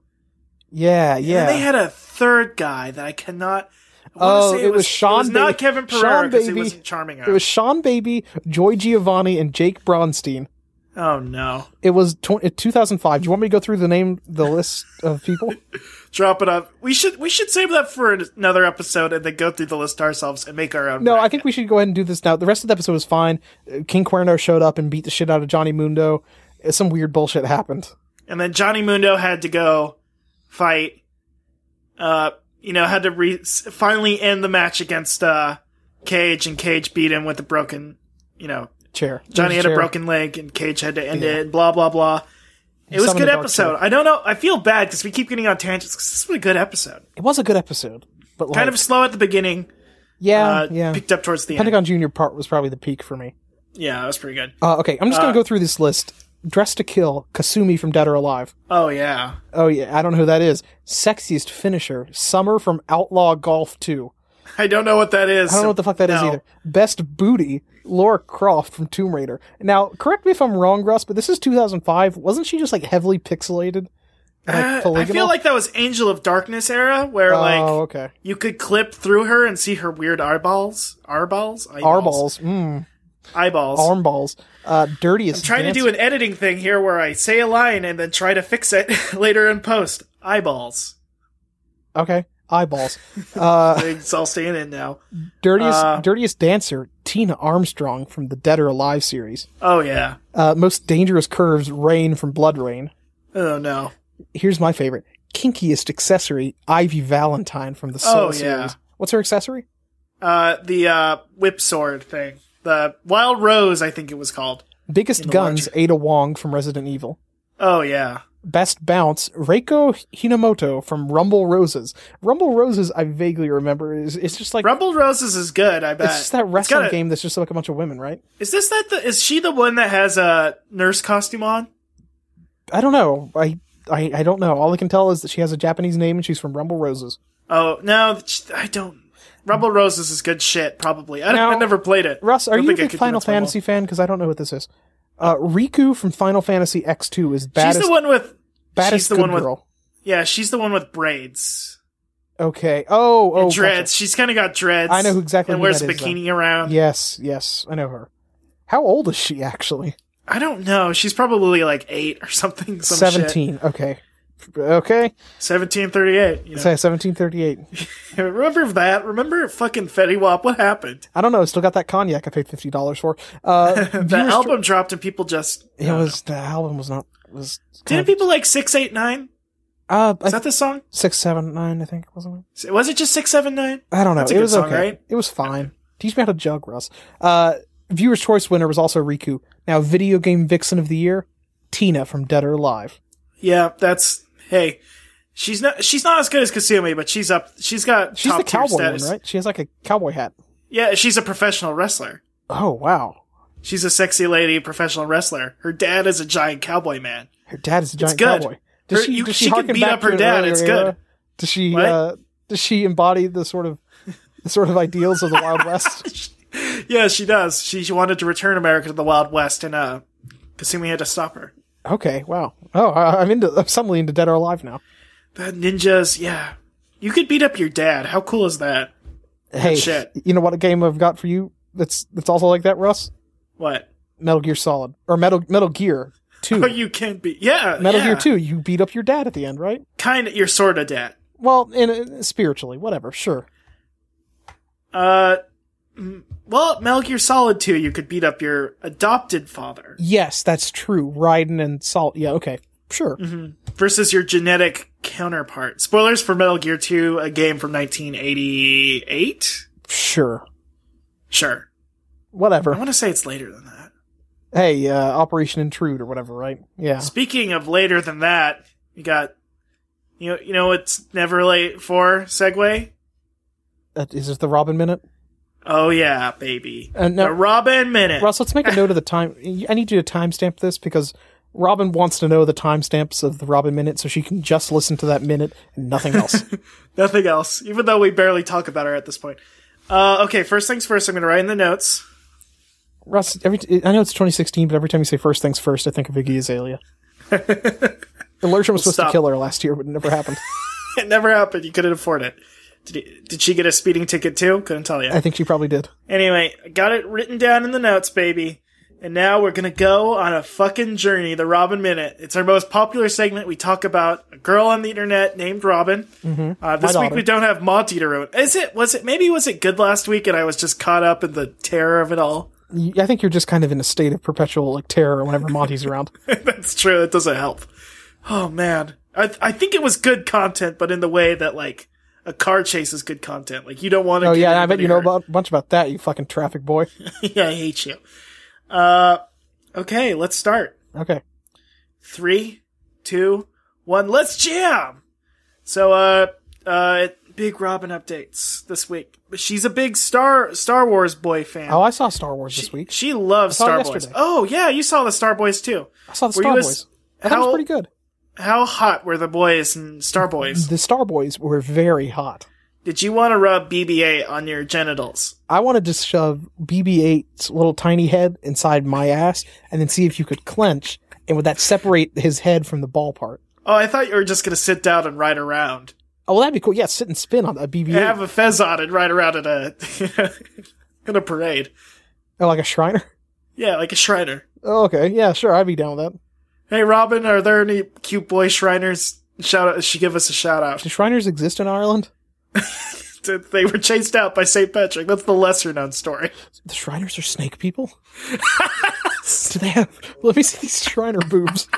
B: Yeah,
A: And
B: yeah.
A: then they had a third guy that I cannot. I wanna
B: Oh,
A: say
B: it was Sean
A: It was
B: Baby-
A: not Kevin
B: Sean
A: Pereira because he
B: Baby.
A: wasn't charming.
B: it was Sean Baby, Joy Giovanni, and Jake Bronstein.
A: Oh no!
B: It was tw- uh, 2005. Do you want me to go through the name, the list of people?
A: Drop it up. We should we should save that for another episode and then go through the list ourselves and make our own.
B: No, I think we should go ahead and do this now. The rest of the episode was fine. Uh, King Cuerno showed up and beat the shit out of Johnny Mundo. Uh, Some weird bullshit happened.
A: And then Johnny Mundo had to go fight. Uh, you know, had to re- s- finally end the match against uh Cage, and Cage beat him with a broken. You know,
B: Chair. There
A: Johnny had
B: was
A: a
B: chair.
A: broken leg, and Cage had to end
B: Yeah.
A: it. and Blah blah blah. It was a
B: Summon
A: good
B: the dark
A: episode. I don't know. I feel bad because we keep getting on tangents. 'cause this was a good episode.
B: It was a good episode, but like,
A: Kind of slow at the beginning.
B: yeah,
A: Uh,
B: yeah.
A: Picked up towards the end.
B: Pentagon Junior part was probably the peak for me.
A: Yeah, that was pretty good.
B: Uh, okay, I'm just gonna go through this list. Dress to Kill, Kasumi from Dead or Alive.
A: Oh yeah.
B: Oh yeah, I don't know who that is. Sexiest finisher, Summer from Outlaw Golf 2.
A: I don't know what that is.
B: I don't know what the fuck that is either. Best booty, Laura Croft from Tomb Raider. Now, correct me if I'm wrong, Russ, but this is 2005. Wasn't she just like heavily pixelated? And, like,
A: Uh, I
B: polygonal?
A: feel like that was Angel of Darkness era, where
B: oh,
A: like
B: okay.
A: you could clip through her and see her weird eyeballs, eyeballs,
B: Arballs. Mm.
A: eyeballs.
B: arm balls. Uh, dirtiest.
A: I'm trying to do an editing thing here where I say a line and then try to fix it later in post. Eyeballs.
B: Okay, eyeballs. Uh,
A: It's all staying in now.
B: dirtiest,
A: Uh,
B: dirtiest dancer Tina Armstrong from the Dead or Alive series.
A: Oh yeah.
B: Uh, most dangerous curves Rain from Blood Rain.
A: Oh no.
B: Here's my favorite kinkiest accessory Ivy Valentine from the Soul
A: Oh, yeah.
B: series. What's her accessory?
A: Uh, the uh, whip sword thing. The Wild Rose, I think it was called.
B: Biggest
A: In the
B: guns Ada Wong from Resident Evil.
A: Oh yeah.
B: Best bounce Reiko Hinomoto from Rumble Roses. Rumble Roses, I vaguely remember. Is it's just like
A: Rumble Roses is good. I bet.
B: it's just that wrestling
A: gotta-
B: game that's just like a bunch of women, right?
A: Is this that? The, is she the one that has a nurse costume on?
B: I don't know. I, I I don't know. All I can tell is that she has a Japanese name and she's from Rumble Roses.
A: Oh no, sh- I don't. Rumble Roses is good shit. Probably. I,
B: Now-
A: I never played it.
B: Russ, are
A: Don't
B: you a
A: think I
B: big
A: could
B: Final
A: pronounce my mom.
B: Fantasy fan? Because I don't know what this is. Uh, Riku from Final Fantasy X2 is baddest,
A: she's the one with.
B: baddest
A: she's the
B: good
A: one with.
B: girl.
A: Yeah, she's the one with braids.
B: Okay. Oh, oh,
A: dreads. She's kind of got dreads.
B: I know who- exactly
A: And
B: who
A: wears
B: that
A: a
B: is, though.
A: bikini around.
B: gotcha. Yes, yes, I know her. How old is she actually?
A: I don't know. She's probably like eight or something. Some Seventeen.
B: Seventeen. Okay. Okay.
A: Seventeen thirty-eight. You know?
B: Say seventeen thirty-eight.
A: Remember that? Remember fucking Fetty Wap? What happened?
B: I don't know. I Still got that cognac I paid fifty dollars for. Uh,
A: The
B: viewers-
A: album dropped and people just.
B: It was the album was not was. kind
A: Didn't
B: of-
A: people like six, eight, nine?
B: Uh, I
A: Is that the song?
B: six, seven, nine. I think wasn't it?
A: Was it just six, seven, nine?
B: I don't know.
A: That's a
B: it
A: good
B: was
A: song,
B: okay.
A: right?
B: It was fine. Teach me how to jug, Russ. Uh, Viewer's Choice winner was also Riku. Now, video game vixen of the year, Tina from Dead or Alive.
A: Yeah, that's hey. She's not. She's not as good as Kasumi, but she's up. She's got.
B: She's
A: top
B: the
A: tier
B: cowboy one,
A: status.
B: right? She has like a cowboy hat.
A: Yeah, she's a professional wrestler.
B: Oh wow,
A: She's a sexy lady, professional wrestler. Her dad is a giant cowboy man.
B: her dad is a giant
A: good.
B: cowboy.
A: Her- you- she can
B: harken
A: beat
B: back
A: up
B: to
A: her
B: an
A: dad,
B: earlier
A: it's
B: era?
A: good.
B: Does she?
A: What?
B: Uh, does she embody the sort of the sort of ideals of the Wild West?
A: Yeah, she does. She, she wanted to return America to the Wild West, and uh, Kasumi had to stop her.
B: Okay, wow. Oh, I, I'm into. I'm suddenly into Dead or Alive now.
A: The ninjas, yeah. You could beat up your dad. How cool is that?
B: Hey,
A: shit.
B: you know what? A game I've got for you that's that's also like that, Russ.
A: What?
B: Metal Gear Solid or Metal Metal Gear Two.
A: But you can be, yeah.
B: Metal
A: Oh, yeah.
B: Gear Two. You beat up your dad at the end, right?
A: Kind of, you're sort of dad.
B: Well, in uh, spiritually, whatever. Sure.
A: Uh, mm, well, Metal Gear Solid 2, you could beat up your adopted father
B: Yes, that's true. Raiden and Salt. Yeah. Okay. Sure.
A: Mm-hmm. versus your genetic counterpart. Spoilers for Metal Gear 2, a game from 1988?
B: Sure.
A: Sure. I
B: Whatever.
A: want to say it's later than that.
B: Hey, uh, Operation Intrude or whatever, right? Yeah.
A: Speaking of later than that, you got you know you know it's never late for segue.
B: Uh, is this the Robin minute?
A: Oh yeah, baby.
B: Uh, no.
A: The Robin minute.
B: Russ, let's make a note of the time. I need you to timestamp this because Robin wants to know the timestamps of the Robin minute so she can just listen to that minute and nothing else.
A: Nothing else. Even though we barely talk about her at this point. Uh, okay, first things first. I'm gonna write in the notes.
B: Russ, every t- I know it's 2016, but every time you say first things first, I think of Iggy Azalea. Alertion was supposed to
A: stop.
B: kill her last year, but it never happened.
A: It never happened. You couldn't afford it. Did, he- did she get a speeding ticket too? Couldn't tell you.
B: I think she probably did.
A: Anyway, I got it written down in the notes, baby. And now we're gonna go on a fucking journey, the Robin Minute. It's our most popular segment. We talk about a girl on the internet named Robin. Mm-hmm. Uh, this
B: My
A: week we don't have Monty to ruin. Is it? Was it? Maybe was it good last week, and I was just caught up in the terror of it all.
B: You- I think you're just kind of in a state of perpetual like terror whenever Monty's around.
A: That's true. That doesn't help. Oh man, I I think it was good content, but in the way that like a car chase is good content. Like you don't want to.
B: Oh yeah, and I bet you know about, a bunch about that, you fucking traffic boy.
A: yeah, I hate you. Uh, okay, let's start.
B: Okay,
A: three, two, one, let's jam! So, uh, uh, big Robin updates this week. She's a big Star, Star Wars boy fan.
B: oh I saw Star Wars this week.
A: she loves
B: saw
A: Star
B: it
A: Boys.
B: yesterday.
A: Oh, yeah, you saw the Star Boys too.
B: I saw the
A: Were
B: Star
A: you a-
B: Boys. I thought it
A: how-
B: was pretty good.
A: How hot were the boys in Star Boys?
B: The Star Boys were very hot.
A: Did you want to rub BBA on your genitals?
B: I wanted to shove BB-8's little tiny head inside my ass and then see if you could clench, and would that separate his head from the ball part?
A: Oh, I thought you were just gonna sit down and ride around.
B: Oh, well, that'd be cool. Yeah, sit and spin on a BB-8,
A: And have a fez on and ride around in a, in a parade.
B: Oh, like a Shriner.
A: Yeah, like a Shriner.
B: Oh, okay, yeah, sure, I'd be down with that.
A: Hey, Robin, are there any cute boy Shriners? Shout out! She give us a shout out.
B: Do Shriners exist in Ireland?
A: They were chased out by Saint Patrick. That's the lesser known story.
B: The Shriners are snake people. Do they have? Let me see these Shriner boobs.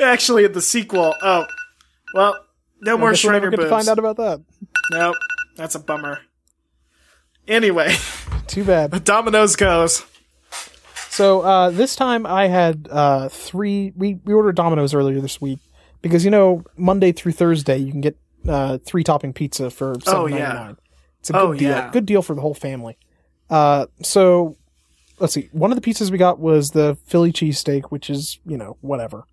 A: Actually, in the sequel. Oh, well, no
B: I
A: more
B: guess we'll
A: Shriner
B: never get
A: boobs.
B: to find out about that.
A: Nope, that's a bummer. Anyway,
B: Too bad.
A: Domino's goes.
B: So uh, this time I had uh, three. We, we ordered Domino's earlier this week because you know Monday through Thursday you can get uh, three topping pizza for
A: Oh,
B: seven ninety nine. It's a good
A: Oh,
B: deal.
A: yeah.
B: Good deal for the whole family. Uh, so let's see. One of the pizzas we got was the Philly cheesesteak, which is you know whatever.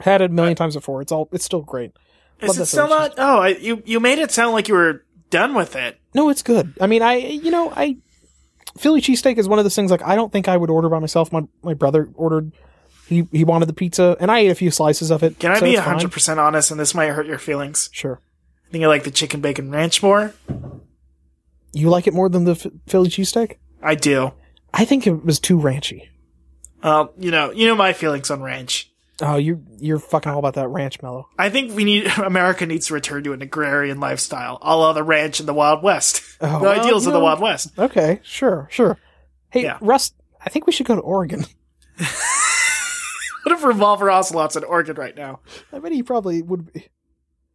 B: Had it a million times before. It's all. It's still great. Love
A: Is
B: that
A: it still
B: Philly
A: not? Oh, I, you you made it sound like you were done with it.
B: No, it's good. I mean, I you know I Philly cheesesteak is one of those things like I don't think I would order by myself. My my brother ordered. He he wanted the pizza, and I ate a few slices of it.
A: Can I
B: so
A: be
B: it's fine.
A: hundred percent honest? And this might hurt your feelings.
B: Sure.
A: I think I like the chicken bacon ranch more.
B: You like it more than the Ph- Philly cheesesteak?
A: I do.
B: I think it was too ranchy.
A: Uh, you know, you know my feelings on ranch.
B: Oh, you you're fucking all about that ranch, Mellow.
A: I think we need America needs to return to an agrarian lifestyle, a la the ranch in the Wild West.
B: Oh,
A: the
B: well,
A: ideals
B: you
A: of the
B: know-
A: Wild West.
B: Okay, sure, sure. Hey,
A: Yeah.
B: Russ, I think we should go to Oregon.
A: What if Revolver Ocelot's in Oregon right now?
B: I bet he probably would be.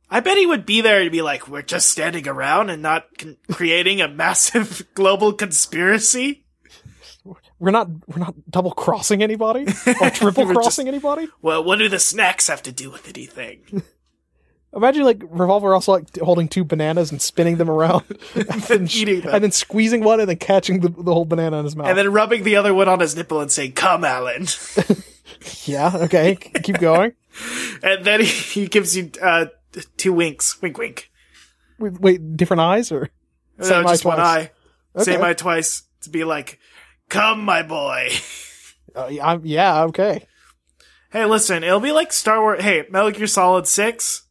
A: I bet he would be there to be like, we're just standing around and not con- creating a massive global conspiracy.
B: We're not we're not double crossing anybody or triple
A: We're just-
B: crossing anybody.
A: Well, what do the snacks have to do with anything?
B: Imagine like revolver also like holding two bananas and spinning them around, and, then
A: Eating them.
B: and then squeezing one and then catching the, the whole banana in his mouth.
A: and then rubbing the other one on his nipple and saying, come, Alan.
B: yeah, okay, c- keep going.
A: and then he, he gives you uh, two winks. Wink, wink.
B: Wait, wait, different eyes or
A: So just one eye.
B: Okay.
A: Same eye twice to be like, come, my boy.
B: Uh, yeah, I'm, yeah, okay.
A: Hey, listen, it'll be like Star Wars. Hey, Metal Gear Solid 6.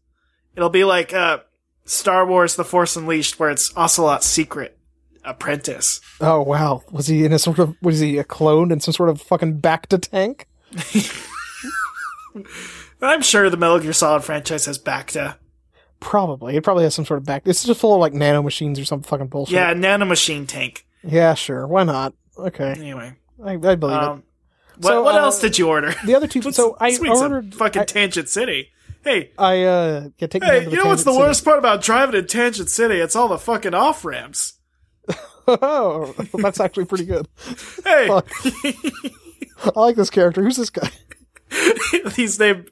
A: It'll be like uh, Star Wars The Force Unleashed, where it's Ocelot's secret apprentice.
B: Oh wow, was he in a sort of was he a clone in some sort of fucking back to tank?
A: I'm sure the Metal Gear Solid franchise has Bacta.
B: Probably it probably has some sort of back. It's just full of like nanomachines or some fucking bullshit.
A: Yeah, nanomachine tank.
B: yeah, sure, why not? Okay,
A: Anyway.
B: I, I believe it.
A: Um, what
B: So,
A: what
B: uh,
A: else did you order?
B: The other two,
A: Let's-
B: so I
A: let's make some
B: ordered
A: fucking
B: I,
A: Tangent City. Hey,
B: I uh, yeah, take me down
A: hey,
B: to
A: you know what's
B: Tangent
A: the
B: City.
A: worst part about driving in Tangent City? It's all the fucking off ramps.
B: Oh, that's actually pretty good.
A: Hey,
B: Fuck. I like this character. Who's this guy?
A: his name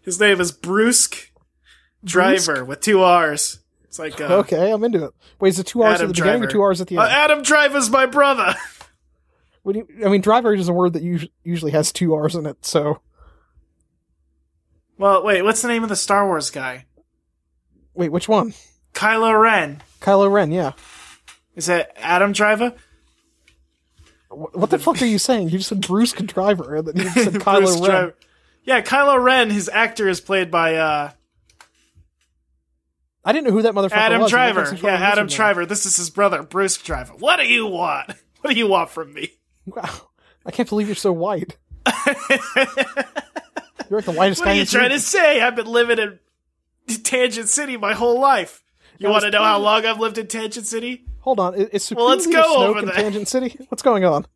A: his name is Brusque Driver with two R's. It's like uh,
B: Okay, I'm into it. Wait, is it two hours
A: Adam
B: at the beginning
A: Driver.
B: or two hours at the
A: uh,
B: end?
A: Adam Driver's my brother.
B: When you, I mean, driver is a word that us- usually has two R's in it, so.
A: Well, wait, what's the name of the Star Wars guy?
B: Wait, which one?
A: Kylo Ren.
B: Kylo Ren, yeah.
A: Is it Adam Driver?
B: What, what the fuck are you saying? You just said Bruce could driver, and then you just said Kylo
A: Bruce
B: Ren.
A: Driver. Yeah, Kylo Ren. His actor is played by uh,
B: I didn't know who that motherfucker
A: Adam
B: was. and that makes
A: Driver.
B: me feel
A: Yeah,
B: like a
A: Adam
B: lizard
A: Driver. This is his brother, Bruce Driver. What do you want? What do you want from me?
B: man. Wow. I can't believe you're so white. you're like the whitest
A: What
B: guy
A: are you
B: in
A: trying
B: the
A: to say? I've been living in Tangent City my whole life. You
B: That
A: want to
B: was
A: know how long I've lived in Tangent City?
B: Hold on. Is, is
A: Well, let's
B: Superior
A: go
B: Snoke
A: over
B: in
A: there.
B: Tangent City? What's going on?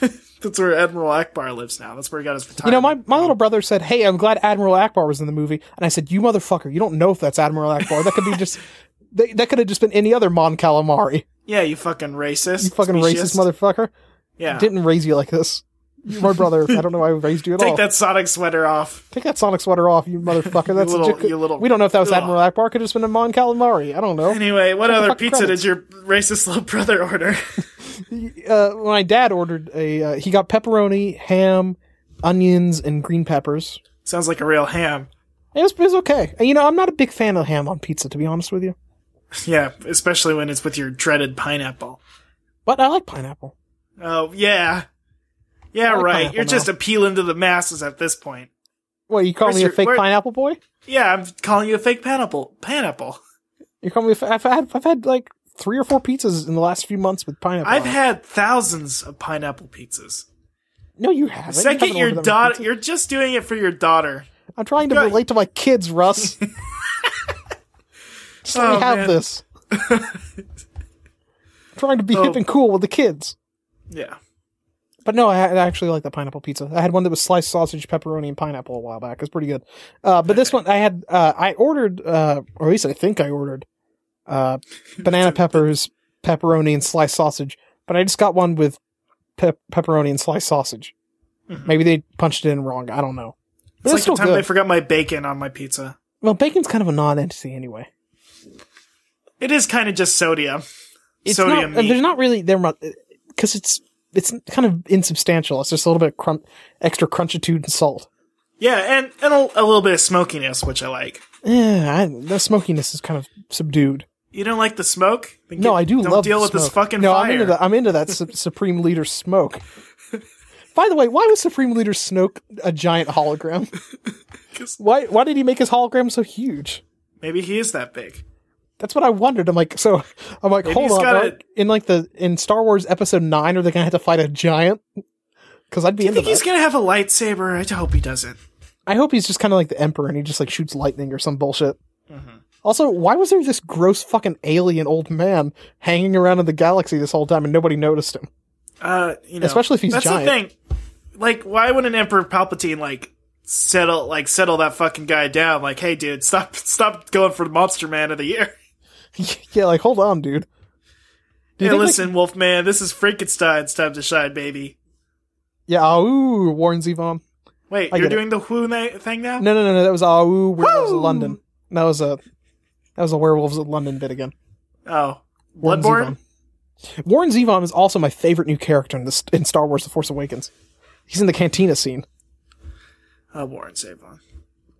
A: That's where Admiral Akbar lives now. That's where he got his
B: You
A: retirement.
B: know, my, my little brother said, Hey, I'm glad Admiral Akbar was in the movie. And I said, You motherfucker, you don't know if that's Admiral Akbar. That could be just, they, that could have just been any other Mon Calamari.
A: yeah, you fucking racist,
B: You fucking racist motherfucker.
A: Yeah,
B: Didn't raise you like this. You're my brother. I don't know why I raised you at
A: take
B: all.
A: that Sonic sweater off.
B: Take that Sonic sweater off, you motherfucker. That's
A: little-
B: legit-
A: you little-
B: We don't know if that was
A: Ugh.
B: Admiral Akbar. Could have just been a Mon Calamari. I don't know.
A: Anyway, what other
B: fuck
A: pizza
B: credits?
A: did your racist little brother order?
B: Uh, my dad ordered a, uh, he got pepperoni, ham, onions, and green peppers.
A: Sounds like a real ham.
B: It was, it was okay. And, You know, I'm not a big fan of ham on pizza, to be honest with you.
A: Yeah, especially when it's with your dreaded pineapple.
B: But I like pineapple.
A: Oh yeah, yeah,
B: I like
A: right.
B: pineapple
A: You're just
B: now.
A: appealing to the masses at this point.
B: What you call
A: Where's
B: me
A: your-
B: a fake
A: where-
B: pineapple boy?
A: Yeah, I'm calling you a fake pineapple. Pineapple.
B: You call me? A fa- I've had I've had like three or four pizzas in the last few months with pineapple.
A: I've
B: on it.
A: had thousands of pineapple pizzas.
B: no, you haven't. You
A: Second,
B: haven't
A: your
B: ordered that much
A: daughter,
B: pizza.
A: you're just doing it for your daughter.
B: I'm trying to
A: Go-
B: relate to my kids, Russ. Just let
A: Oh,
B: me have
A: man.
B: this. trying to be
A: Oh.
B: hip and cool with the kids.
A: Yeah.
B: But no, I, I actually like the pineapple pizza. I had one that was sliced sausage, pepperoni, and pineapple a while back. It was pretty good. Uh, but this one, I had, uh, I ordered, uh, or at least I think I ordered, uh, banana peppers, pepperoni, and sliced sausage. But I just got one with pep- pepperoni and sliced sausage.
A: Mhm.
B: Maybe they punched it in wrong. I don't know.
A: It's
B: But
A: like
B: it's
A: the
B: still
A: time
B: good.
A: I forgot my bacon on my pizza.
B: well, bacon's kind of a non-entity anyway.
A: It is kind of just sodium.
B: it's
A: sodium
B: not, and
A: meat.
B: there's not really there because it's it's kind of insubstantial. It's just a little bit of crunch, extra crunchitude and salt.
A: Yeah, and, and a, a little bit of smokiness, which I like.
B: Yeah, I, the smokiness is kind of subdued.
A: You don't like the smoke? Then
B: No,
A: get-
B: I do
A: Don't
B: love
A: deal
B: the
A: with this
B: smoke.
A: fucking
B: no,
A: fire.
B: I'm into that. I'm into that su- supreme leader smoke. By the way, why was Supreme Leader Snoke a giant hologram?
A: 'Cause
B: Why why did he make his hologram so huge?
A: Maybe he is that big.
B: That's what I wondered. I'm like, so I'm like,
A: Maybe
B: hold
A: he's
B: on,
A: gotta-
B: are- in like the in Star Wars Episode Nine, are they gonna have to fight a giant? Because I'd be
A: I
B: into
A: think
B: that.
A: he's gonna have a lightsaber. I hope he doesn't.
B: I hope he's just kind of like the emperor and he just like shoots lightning or some bullshit.
A: Mm-hmm.
B: Also, why was there this gross fucking alien old man hanging around in the galaxy this whole time and nobody noticed him?
A: Uh, you know,
B: Especially if he's
A: that's
B: giant.
A: the thing. Like, why would an Emperor Palpatine like settle like settle that fucking guy down? Like, hey, dude, stop stop going for the Monster Man of the Year.
B: yeah, like hold on, dude. Do you
A: Hey,
B: think, like-
A: listen, Wolfman, this is Frankenstein's time to shine, baby.
B: yeah, ah, Aou warns Yvonne.
A: Wait,
B: I
A: you're
B: get it.
A: doing the Who na- thing now?
B: No, no, no, no. That was ah, Aou. Where that was
A: Woo!
B: London. That was a that was a werewolves of London bit again.
A: Oh, Bloodborne.
B: Warren Zevon. Warren Zevon is also my favorite new character in this in Star Wars: The Force Awakens. He's in the cantina scene.
A: Oh, Warren Savon.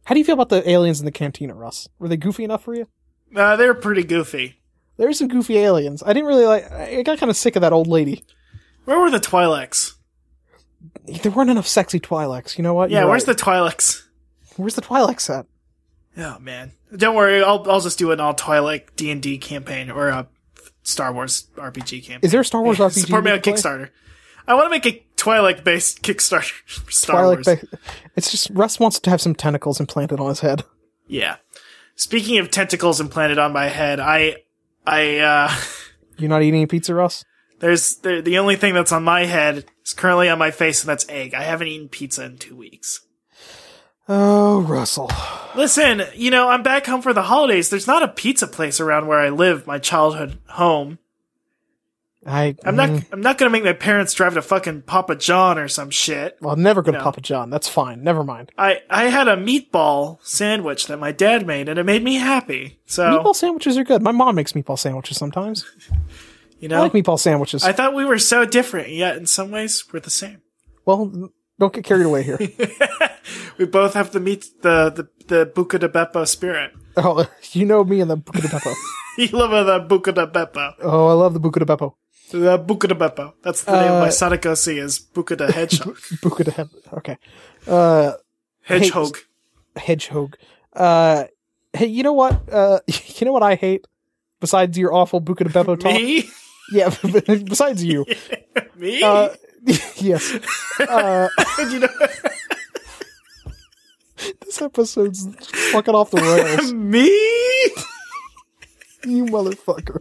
B: How do you feel about the aliens in the cantina, Russ? Were they goofy enough for you?
A: Uh, they were pretty goofy.
B: There were some goofy aliens. I didn't really like. I got kind of sick of that old lady.
A: Where were the Twi'leks?
B: There weren't enough sexy Twi'leks. You know what?
A: Yeah,
B: You're
A: where's
B: right.
A: the Twi'leks?
B: where's the Twi'leks at?
A: Oh man, don't worry. I'll I'll just do an all Twilight D and D campaign or a Star Wars RPG campaign.
B: Is there a Star Wars RPG?
A: Support me
B: you
A: on
B: play?
A: Kickstarter. I want to make a Twilight based Kickstarter for Star Wars.
B: Twi'lek ba- it's just Russ wants to have some tentacles implanted on his head.
A: yeah. Speaking of tentacles implanted on my head, I I uh
B: You're not eating a pizza, Russ.
A: there's there, the only thing that's on my head is currently on my face, and that's egg. I haven't eaten pizza in two weeks.
B: Oh, Russell.
A: Listen, you know I'm back home for the holidays. There's not a pizza place around where I live, my childhood home.
B: I. mm,
A: I'm not.
B: Mm-hmm.
A: I'm not gonna make my parents drive to fucking Papa John or some shit.
B: Well, never go to
A: No.
B: Papa John. That's fine. Never mind.
A: I I had a meatball sandwich that my dad made, and it made me happy. So
B: Meatball sandwiches are good. My mom makes meatball sandwiches sometimes.
A: you
B: I
A: know,
B: like meatball sandwiches.
A: I thought we were so different, yet in some ways we're the same.
B: well, don't get carried away here.
A: We both have the meat, the the the Buca de Beppo spirit.
B: oh, you know me and the Buca de Beppo.
A: you love the Buca de Beppo,
B: Oh, I love the Buca de Beppo.
A: the Buca de Beppo. That's the name of my
B: Uh,
A: Sonic OC is Buca de Hedgehog.
B: Buca de Beppo. Okay. Uh,
A: Hedgehog.
B: hedgehog. Uh, hey, you know what? Uh, you know what I hate besides your awful Buca de Beppo talk.
A: Me,
B: Yeah, besides you.
A: me.
B: Uh, yes. Uh,
A: you know,
B: this episode's fucking off the rails.
A: me.
B: you motherfucker.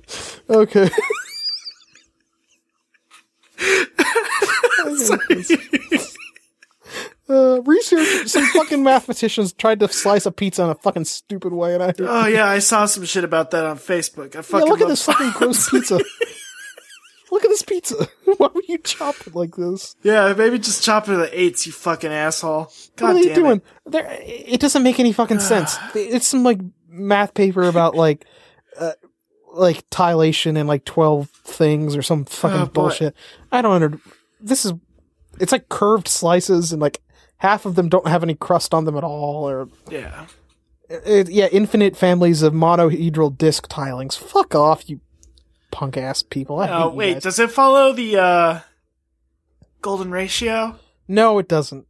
B: Okay. Uh, research. Some fucking mathematicians tried to slice a pizza in a fucking stupid way, and I.
A: Oh yeah, I saw some shit about that on Facebook. I
B: yeah,
A: fucking
B: look at
A: love
B: this fucking gross pizza. look at this pizza. Why would you chop it like this?
A: Yeah, maybe just chop it to the eights, you fucking asshole. God
B: what are
A: damn
B: they doing?
A: it.
B: They're, it doesn't make any fucking sense. It's some like math paper about like, uh, like tilation and like twelve things or some fucking
A: Oh, boy.
B: bullshit. I don't under. This is, it's like curved slices and like half of them don't have any crust on them at all. Or uh,
A: Yeah.
B: it, yeah, infinite families of monohedral disc tilings. Fuck off, you punk ass people. I hate
A: Oh
B: you
A: wait,
B: guys.
A: does it follow the uh golden ratio?
B: no, it doesn't.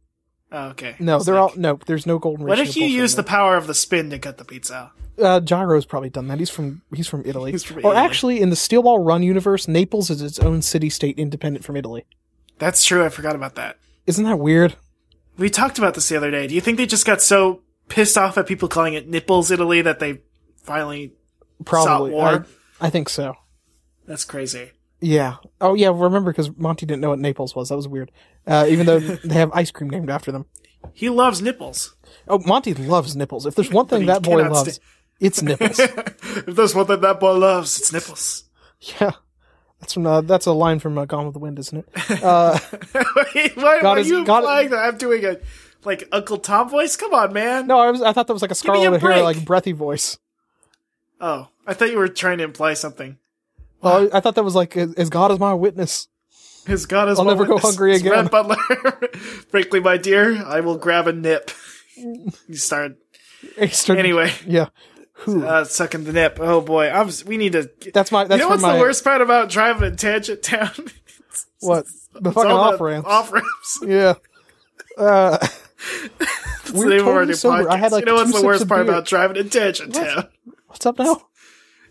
A: Oh, okay.
B: No,
A: It's
B: they're
A: like-
B: all no. There's no golden
A: What
B: ratio.
A: if you
B: bullshit
A: use
B: in
A: the power of the spin to cut the pizza? out?
B: there. Uh, Gyro's probably done that. He's from he's from Italy.
A: He's from
B: or
A: Italy.
B: actually, in the Steel Ball Run universe, Naples is its own city-state, independent from Italy.
A: That's true. I forgot about that.
B: Isn't that weird?
A: We talked about this the other day. Do you think they just got so pissed off at people calling it Nipples Italy that they finally?
B: Probably.
A: war.
B: I, I think so.
A: That's crazy.
B: Yeah. Oh yeah. Remember because Monty didn't know what Naples was. That was weird. Uh, even though they have ice cream named after them.
A: He loves nipples.
B: Oh, Monty loves nipples. If there's one
A: But
B: thing
A: he
B: that boy
A: cannot
B: loves,
A: sta-
B: it's nipples.
A: if there's one thing that boy loves, it's nipples.
B: yeah. That's from uh, that's a line from uh, Gone with the Wind, isn't it? Uh,
A: Wait, why
B: Got
A: are
B: his-
A: you
B: got-
A: implying that I'm doing a like Uncle Tom voice? Come on, man.
B: no, I was I thought that was like a
A: me a
B: Scarlet O'Hara
A: break.
B: like breathy voice.
A: Oh, I thought you were trying to imply something.
B: Well, I I thought that was like as as God is my witness.
A: His God is.
B: I'll
A: my
B: never go
A: witness.
B: hungry
A: It's
B: again.
A: Rhett Butler, frankly, my dear, I will grab a nip. you start
B: He started-
A: anyway.
B: Yeah. Who?
A: Uh, sucking the nip. Oh boy, I'm. s- We need to.
B: that's my.
A: you
B: That's
A: know
B: from
A: what's
B: my.
A: the worst part about driving in Tangent Town? It's
B: What the
A: all
B: fucking
A: the
B: off ramps?
A: Off ramps.
B: Yeah. Uh,
A: It's the
B: we're
A: name of our
B: totally
A: new
B: sober. I
A: podcast.
B: had like
A: you know
B: two
A: what's the
B: sips
A: worst
B: of
A: part
B: beer.
A: about driving in Tangent
B: What?
A: Town?
B: What's up now?
A: You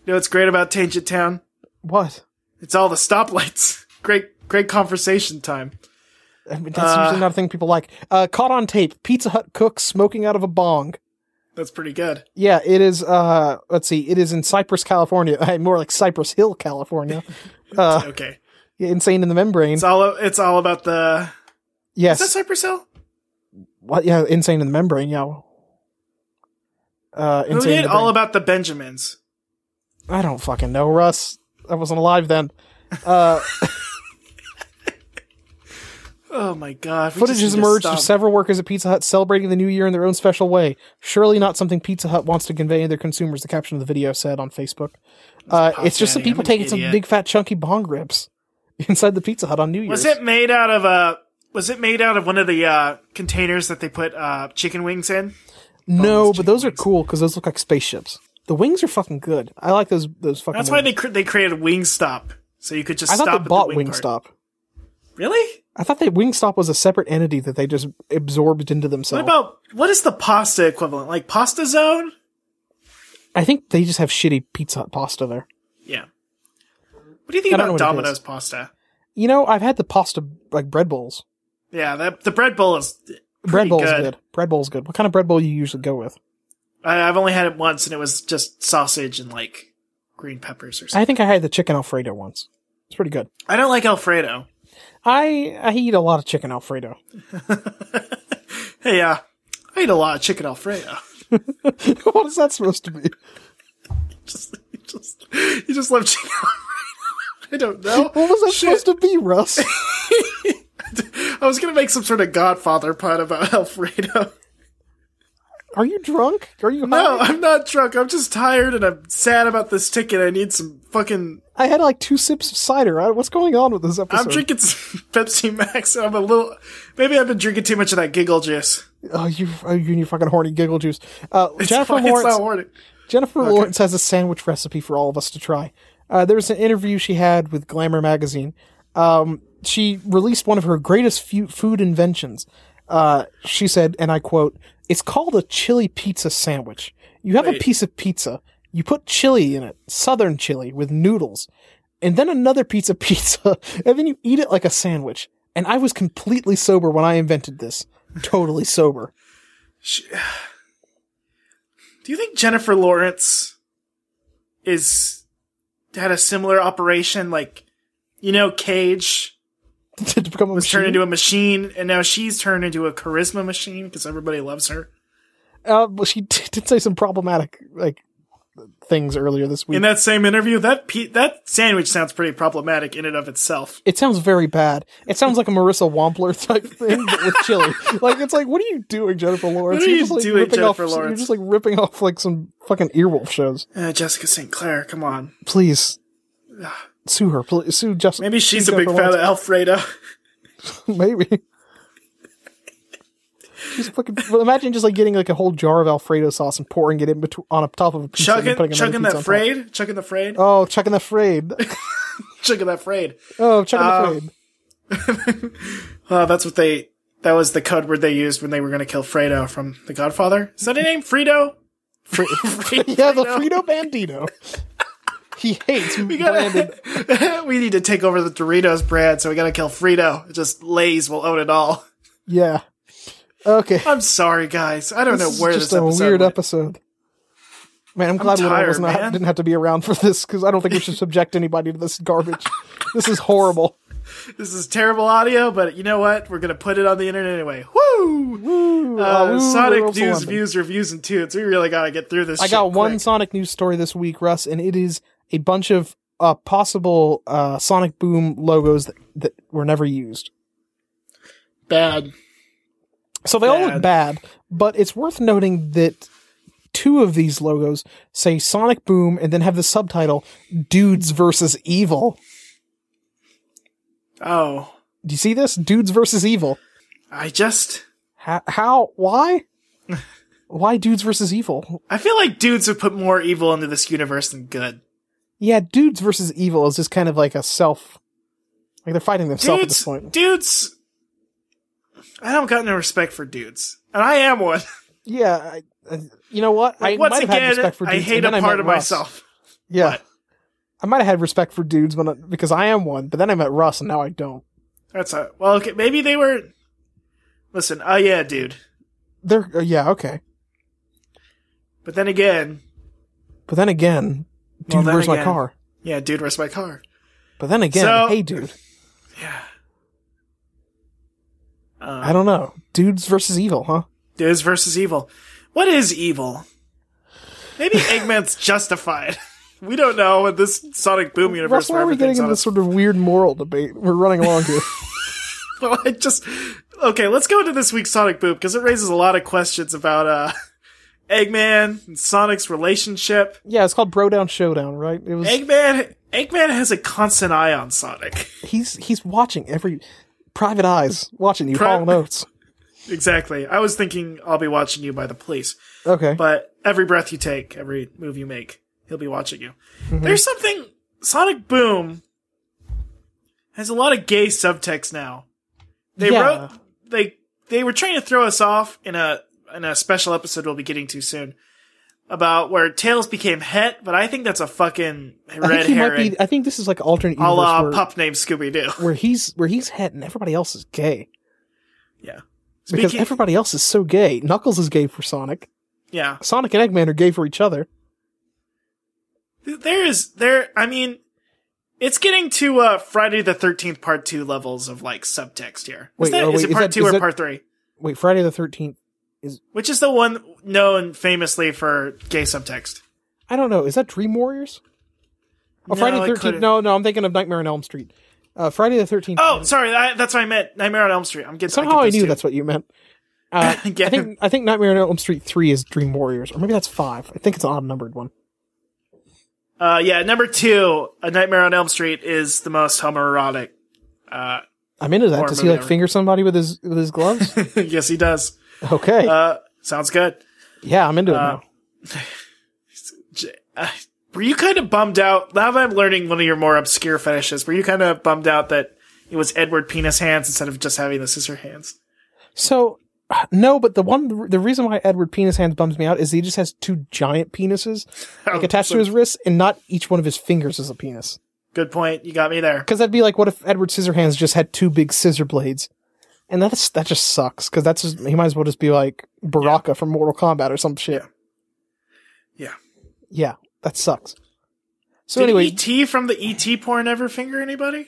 A: know what's great about Tangent Town?
B: What?
A: It's all the stoplights. Great, great conversation time.
B: I mean, that's usually not a thing people like. Uh, caught on tape. Pizza Hut cook smoking out of a bong.
A: That's pretty good.
B: Yeah, it is. Uh, let's see. It is in Cypress, California. Hey, more like Cypress Hill, California. Uh,
A: Okay,
B: insane in the membrane.
A: it's all. It's all about the. Is that
B: yes.
A: Cypress Hill?
B: What? Yeah, insane in the membrane. Yeah. Uh,
A: Who
B: insane. in
A: did
B: the
A: all
B: Brain.
A: about the Benjamins?
B: I don't fucking know, Russ. I wasn't alive then. Uh,
A: Oh my god! we
B: footage
A: just
B: has
A: need to
B: emerged
A: stop.
B: of several workers at Pizza Hut celebrating the new year in their own special way. Surely not something Pizza Hut wants to convey to their consumers. The caption of the video said on Facebook. Uh, it's just some
A: Daddy, I'm
B: people
A: an
B: taking some
A: idiot.
B: big fat chunky bong ribs inside the Pizza Hut on New Year's.
A: Was it made out of uh Was it made out of one of the uh, containers that they put uh, chicken wings in?
B: No,
A: boneless
B: but
A: chicken
B: those are
A: wings.
B: cool because those look like spaceships. The wings are fucking good. I like those. Those fucking.
A: That's why
B: wings.
A: they cr- they created Wingstop, so you could just
B: I
A: stop
B: thought
A: at
B: they bought
A: the wing part.
B: Wingstop.
A: Really?
B: I thought that Wingstop was a separate entity that they just absorbed into
A: What
B: themselves.
A: about what is the pasta equivalent? Like Pasta Zone?
B: I think they just have shitty Pizza Hut pasta there.
A: Yeah. What do you think
B: I
A: about
B: don't know what it
A: Domino's
B: is.
A: pasta?
B: You know, I've had the pasta like bread bowls.
A: Yeah, that, the bread bowl is
B: Bread
A: pretty
B: bowl's
A: good.
B: good. Bread bowl's good. What kind of bread bowl you usually go with?
A: I, I've only had it once, and it was just sausage and like green peppers or something.
B: I think I had the chicken alfredo once. It's pretty good.
A: I don't like Alfredo.
B: I I eat a lot of chicken alfredo.
A: Hey, yeah, I eat a lot of chicken Alfredo.
B: what is that supposed to be?
A: just, you just, you just love chicken Alfredo. I don't know.
B: What was that
A: Oh, Shit.
B: supposed to be, Russ?
A: I was gonna make some sort of Godfather pun about Alfredo.
B: Are you drunk? Are you
A: No,
B: high?
A: I'm not drunk. I'm just tired and I'm sad about this ticket. I need some fucking.
B: I had like two sips of cider. I, what's going on with this episode?
A: I'm drinking some Pepsi Max. And I'm a little. Maybe I've been drinking too much of that giggle juice.
B: Oh, you, oh, you and your fucking horny giggle juice. Uh, Jennifer
A: Why it's
B: Lawrence.
A: not working.
B: Jennifer Lawrence has a sandwich recipe for all of us to try. Uh, there was an interview she had with Glamour magazine. Um, she released one of her greatest fu- food inventions. Uh, she said, and I quote, "It's called a chili pizza sandwich. You have a
A: Wait.
B: piece of pizza. You put chili in it, southern chili with noodles, and then another piece of pizza, and then you eat it like a sandwich." And I was completely sober when I invented this. Totally sober.
A: Sh- Do you think Jennifer Lawrence is had a similar operation? Like, you know, Cage
B: to become a
A: was turned
B: machine.
A: into a machine, and now she's turned into a charisma machine because everybody loves her.
B: Uh, well, she t- did say some problematic like things earlier this week.
A: In that same interview, that pe- that sandwich sounds pretty problematic in and of itself.
B: it sounds very bad. It sounds like a Marissa Wampler type thing, but with chili. like it's like, what are you doing, Jennifer Lawrence?
A: What are you
B: like,
A: doing,
B: ripping
A: Jennifer
B: off, You're
A: Lawrence?
B: just like ripping off like some fucking earwolf shows.
A: Uh, Jessica St. Clair, come on.
B: Please sue her. Please sue Justin.
A: Maybe she's a
B: Jennifer
A: big fan of Alfredo.
B: Maybe. She's fucking. Well, imagine just like getting like a whole jar of Alfredo sauce and pouring it in between on top of a pizza and
A: Chugging,
B: then putting another
A: chugging
B: pizza
A: that
B: on top.
A: frayed, chugging the frayed,
B: Oh, chucking the frayed.
A: chugging that frayed.
B: Oh, chucking
A: Uh,
B: the frayed.
A: Uh, that's what they That was the code word they used when they were going to kill Fredo from The Godfather. Is that a name? Fredo? Fre-
B: Yeah, the Frito Bandito. he hates
A: We
B: Brandon.
A: gotta, we need to take over the Doritos brand, so we gotta kill Frito. Just Lay's will own it all.
B: Yeah. Okay.
A: I'm sorry, guys. I don't
B: This is
A: know where
B: just
A: this
B: a
A: episode
B: weird
A: went.
B: episode. Man, I'm glad Widow
A: tired,
B: was not
A: man.
B: didn't have to be around for this because I don't think we should subject anybody to this garbage. this is horrible.
A: This is terrible audio, but you know what? We're gonna put it on the internet anyway. Woo!
B: Woo,
A: Uh,
B: uh, woo,
A: Sonic
B: we're
A: news,
B: overwhelmed.
A: views, reviews, and tunes. We really gotta get through this.
B: I
A: shit
B: got one
A: quick.
B: Sonic news story this week, Russ, and it is a bunch of uh, possible uh, Sonic Boom logos that, that were never used.
A: bad.
B: So they all
A: Bad.
B: look bad, but it's worth noting that two of these logos say Sonic Boom and then have the subtitle Dudes versus Evil.
A: Oh,
B: Do you see this? Dudes versus Evil.
A: I just
B: How? how why? why dudes versus evil?
A: I feel like dudes have put more evil into this universe than good.
B: Yeah, dudes versus evil is just kind of like a self. Like they're fighting themselves at this
A: Dudes,
B: point.
A: dudes. I don't got no respect for dudes, and I am one.
B: Yeah, I, I, you know what? I
A: Like, once
B: might have had
A: again,
B: respect for dudes.
A: I hate
B: and
A: a
B: then
A: part
B: met
A: of
B: Russ.
A: myself.
B: Yeah,
A: What?
B: I might have had respect for dudes when I, because I am one, but then I met Russ and now I don't.
A: That's a, well, okay. Maybe they were. Listen, oh yeah, dude.
B: They're uh, yeah okay,
A: But then again,
B: but then again, dude,
A: Well, then
B: where's my
A: again.
B: car?
A: yeah, dude, where's my car?
B: But then again,
A: So-
B: hey, dude,
A: Yeah. Um,
B: I don't know. Dudes versus evil, huh?
A: Dudes versus evil. What is evil? Maybe Eggman's justified. We don't know in this Sonic Boom universe
B: Russ, why
A: where
B: are we getting
A: everything's
B: into
A: on
B: this
A: this.
B: sort of weird moral debate? We're running along here.
A: Well, I just okay. Let's go into this week's Sonic Boom because it raises a lot of questions about uh, Eggman and Sonic's relationship.
B: Yeah, it's called Bro Down Showdown, right? It was
A: Eggman, Eggman has a constant eye on Sonic.
B: he's he's watching every private eyes watching you,
A: Pri-
B: Paul notes.
A: exactly. I was thinking I'll be watching you by the police.
B: Okay.
A: but every breath you take, every move you make, he'll be watching you. There's something Sonic Boom has a lot of gay subtext now. They
B: Yeah.
A: wrote they they were trying to throw us off in a in a special episode we'll be getting to soon about where Tails became Het, but I think that's a fucking
B: I
A: red
B: think he
A: herring.
B: might be I think this is like alternate
A: a
B: universe
A: la
B: where,
A: pup named Scooby Doo.
B: where he's where he's het and everybody else is gay.
A: Yeah.
B: Because
A: Speaking,
B: everybody else is so gay. Knuckles is gay for Sonic.
A: yeah.
B: Sonic and Eggman are gay for each other.
A: there is there i mean it's getting to uh friday the 13th part 2 levels of like subtext here. Is
B: Wait,
A: that-
B: oh,
A: is
B: wait,
A: it
B: is
A: part
B: that-
A: 2
B: is
A: or
B: that-
A: part 3
B: Wait, Friday the thirteenth.
A: which is the one known famously for gay subtext
B: I don't know. Is that Dream Warriors?
A: No,
B: Oh, Friday the
A: it
B: thirteenth.
A: couldn't.
B: No, no, I'm thinking of Nightmare on Elm Street. Uh, Friday the thirteenth.
A: oh sorry I, that's what i meant nightmare on elm street i'm getting
B: Somehow
A: I,
B: I,
A: get those
B: knew
A: two.
B: that's what you meant. Uh,
A: Yeah.
B: I think I think Nightmare on Elm Street three is Dream Warriors, or maybe that's five. I think it's an odd numbered one.
A: uh yeah number 2 a nightmare on elm street is the most homoerotic uh
B: I'm into that.
A: Horror
B: Does he
A: movie
B: like
A: ever.
B: finger somebody with his with his gloves?
A: yes he does
B: okay,
A: uh sounds good
B: yeah, I'm into it now.
A: J- uh, were you kind of bummed out? Now that I'm learning one of your more obscure fetishes, were you kind of bummed out that it was Edward penis hands instead of just having the scissor hands?
B: So uh, no, but the one the reason why Edward penis hands bums me out is he just has two giant penises
A: Oh,
B: like attached to his wrists, and not each one of his fingers is a penis.
A: Good point. You got me there.
B: Because that'd be like, what if Edward Scissorhands just had two big scissor blades? And that's that just sucks. Because that's just, he might as well just be like Baraka from Mortal Kombat or some shit.
A: Yeah.
B: Yeah, that sucks. So
A: Did E
B: anyway,
A: ET from the ET porn ever finger anybody?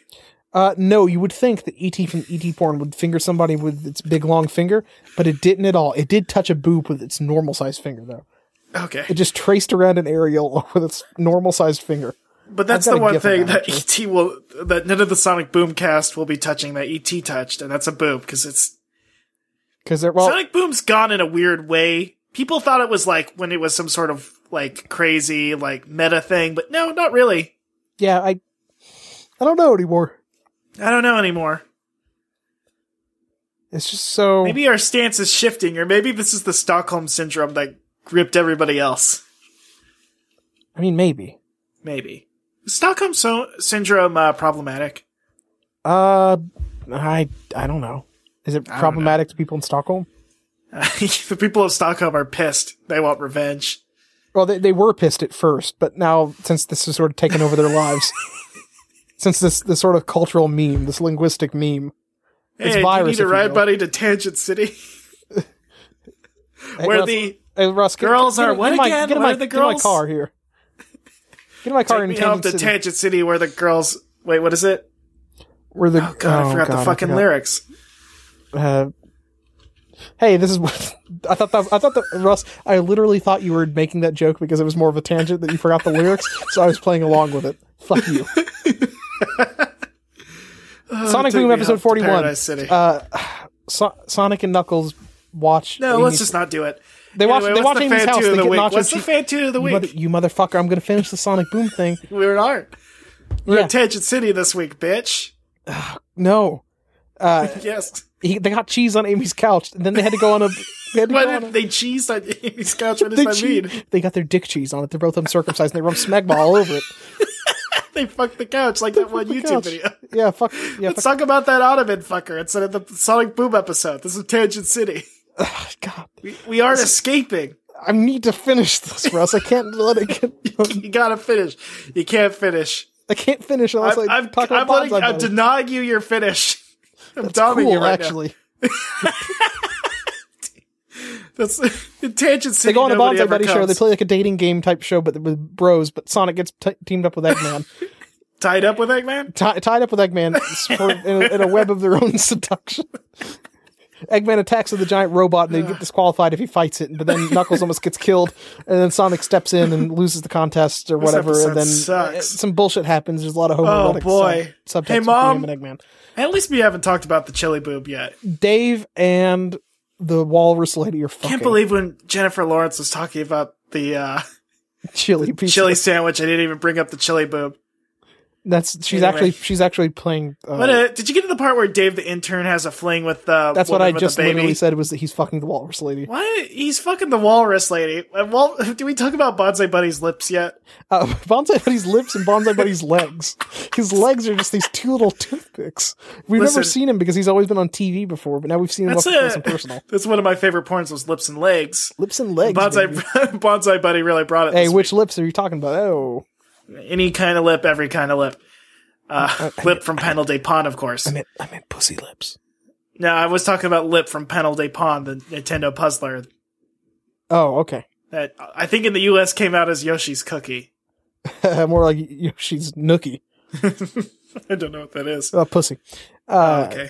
B: Uh, no, you would think that ET from ET porn would finger somebody with its big long finger, but it didn't at all. It did touch a boob with its normal sized finger, though.
A: Okay,
B: It just traced around an areola with its normal sized finger.
A: but that's
B: I've got
A: the
B: a
A: one
B: gif of
A: thing
B: that,
A: that ET will that none of the Sonic Boom cast will be touching that ET touched, and that's a boob because it's
B: Because they're well,
A: Sonic Boom's gone in a weird way. People thought it was like when it was some sort of like crazy like meta thing, but no, not really.
B: yeah, I, I don't know anymore.
A: I don't know anymore.
B: It's just so
A: Maybe our stance is shifting, or maybe this is the Stockholm syndrome that gripped everybody else.
B: I mean, maybe.
A: Maybe Is Stockholm so- syndrome uh, problematic.
B: Uh, I I don't know. Is it
A: don't know.
B: problematic to people in Stockholm?
A: the people of Stockholm are pissed. They want revenge.
B: Well, they, they were pissed at first, but now since this has sort of taken over their lives, since this this sort of cultural meme, this linguistic meme, It's
A: hey, do
B: virus,
A: you need
B: if
A: a
B: you
A: ride,
B: will.
A: buddy, to Tangent City,
B: Hey,
A: where
B: Russ-
A: the
B: hey, Russ, get-
A: girls
B: get-
A: are
B: get in
A: what
B: my-
A: again?
B: Get in
A: What
B: my,
A: are the
B: get in my
A: girls?
B: car here. Get in my car
A: take me
B: in
A: home
B: Tangent
A: to
B: City,
A: Tangent City, where the girls. Wait, what is it?
B: where the
A: Oh god, I forgot
B: God,
A: the fucking
B: forgot.
A: lyrics.
B: Uh, hey, this is what I thought. That, I thought that Russ. I literally thought you were making that joke because it was more of a tangent that you forgot the lyrics, so I was playing along with it. Fuck you. Sonic
A: Oh, Take
B: Boom
A: me home to
B: episode forty-one. Uh,
A: Paradise City.
B: So- Sonic and Knuckles watch.
A: no,
B: Amy's-
A: let's just not do it.
B: They watch.
A: Anyway,
B: they watch
A: what's the
B: Amy's
A: fan
B: house.
A: tune of
B: They
A: the
B: get
A: week?
B: nacho
A: What's the
B: cheese.
A: fan tune of the
B: You, mother-
A: week?
B: you motherfucker! I'm gonna finish the Sonic Boom thing.
A: We're in art. We're
B: Yeah.
A: in Tangent City this week, bitch.
B: No,
A: Yes.
B: he, they got cheese on Amy's couch, and then they had to go on a. They, had to
A: Why
B: go on a-
A: did they cheese on Amy's couch? What does
B: they,
A: that
B: che-
A: mean?
B: they got their dick cheese on it. They're both uncircumcised, and they rubbed smegma all over it.
A: They fucked the couch like that one
B: the
A: YouTube
B: couch.
A: video.
B: Yeah, fuck. Yeah,
A: Let's
B: fuck.
A: talk about that Ottoman fucker instead of the Sonic Boom episode. This is Tangent City.
B: God,
A: We, we aren't escaping.
B: I need to finish this, Russ. I can't let it get.
A: You gotta finish. You can't finish.
B: I can't finish unless
A: I'm,
B: I
A: I'm,
B: talk
A: I'm
B: about
A: letting-
B: bonsai
A: I'm
B: better.
A: denying you your finish. I'm
B: It's
A: dogging
B: cool,
A: you right now.
B: actually.
A: That's in Tangent City.
B: They go on a
A: nobody
B: bonsai
A: ever
B: buddy show.
A: comes.
B: They play like a dating game type show, but with bros. But Sonic gets t- teamed up with Eggman,
A: Tied up with Eggman?
B: Ti tied up with Eggman sort of in, a, in a web of their own seduction. Eggman attacks with a giant robot, and they get disqualified if he fights it. But then Knuckles almost gets killed, and then Sonic steps in and loses the contest or whatever.
A: episode
B: And then
A: sucks. Oh,
B: uh, some bullshit happens. There's a lot of homoerotic
A: boy.
B: sub- subtext
A: Hey,
B: between
A: Mom.
B: him and Eggman.
A: At least we haven't talked about the chili boob yet.
B: Dave and the walrus lady are fucking
A: Can't believe when Jennifer Lawrence was talking about the uh,
B: chili pizza.
A: chili sandwich, I didn't even bring up the chili boob.
B: That's she's
A: Anyway.
B: actually she's actually playing. Uh,
A: But uh, did you get to the part where Dave the intern has a fling with the
B: that's what
A: woman
B: I
A: with
B: just
A: the baby?
B: literally said was that he's fucking the walrus lady.
A: Why he's fucking the walrus lady? Uh, Wal- do we talk about Bonsai Buddy's lips yet?
B: Uh, bonsai buddy's lips and bonsai buddy's legs. His legs are just these two little toothpicks. We've
A: Listen.
B: never seen him because he's always been on TV before, but now we've seen him up
A: That's
B: close
A: a,
B: and personal.
A: That's one of my favorite porns was lips and legs.
B: Lips and legs.
A: Bonsai
B: baby.
A: Bonsai Buddy really brought it.
B: Hey,
A: this
B: which lips are you talking about? Oh,
A: week. Any kind of lip, every kind of lip. Uh, lip from Penal Day Pond, of course.
B: meant I meant pussy lips.
A: no, I was talking about lip from Penal Day Pond, the Nintendo puzzler
B: Oh, okay.
A: that I think in the U.S. came out as Yoshi's Cookie.
B: More like Yoshi's nookie.
A: I don't know what that is.
B: Uh, pussy. Uh,
A: Oh, Okay.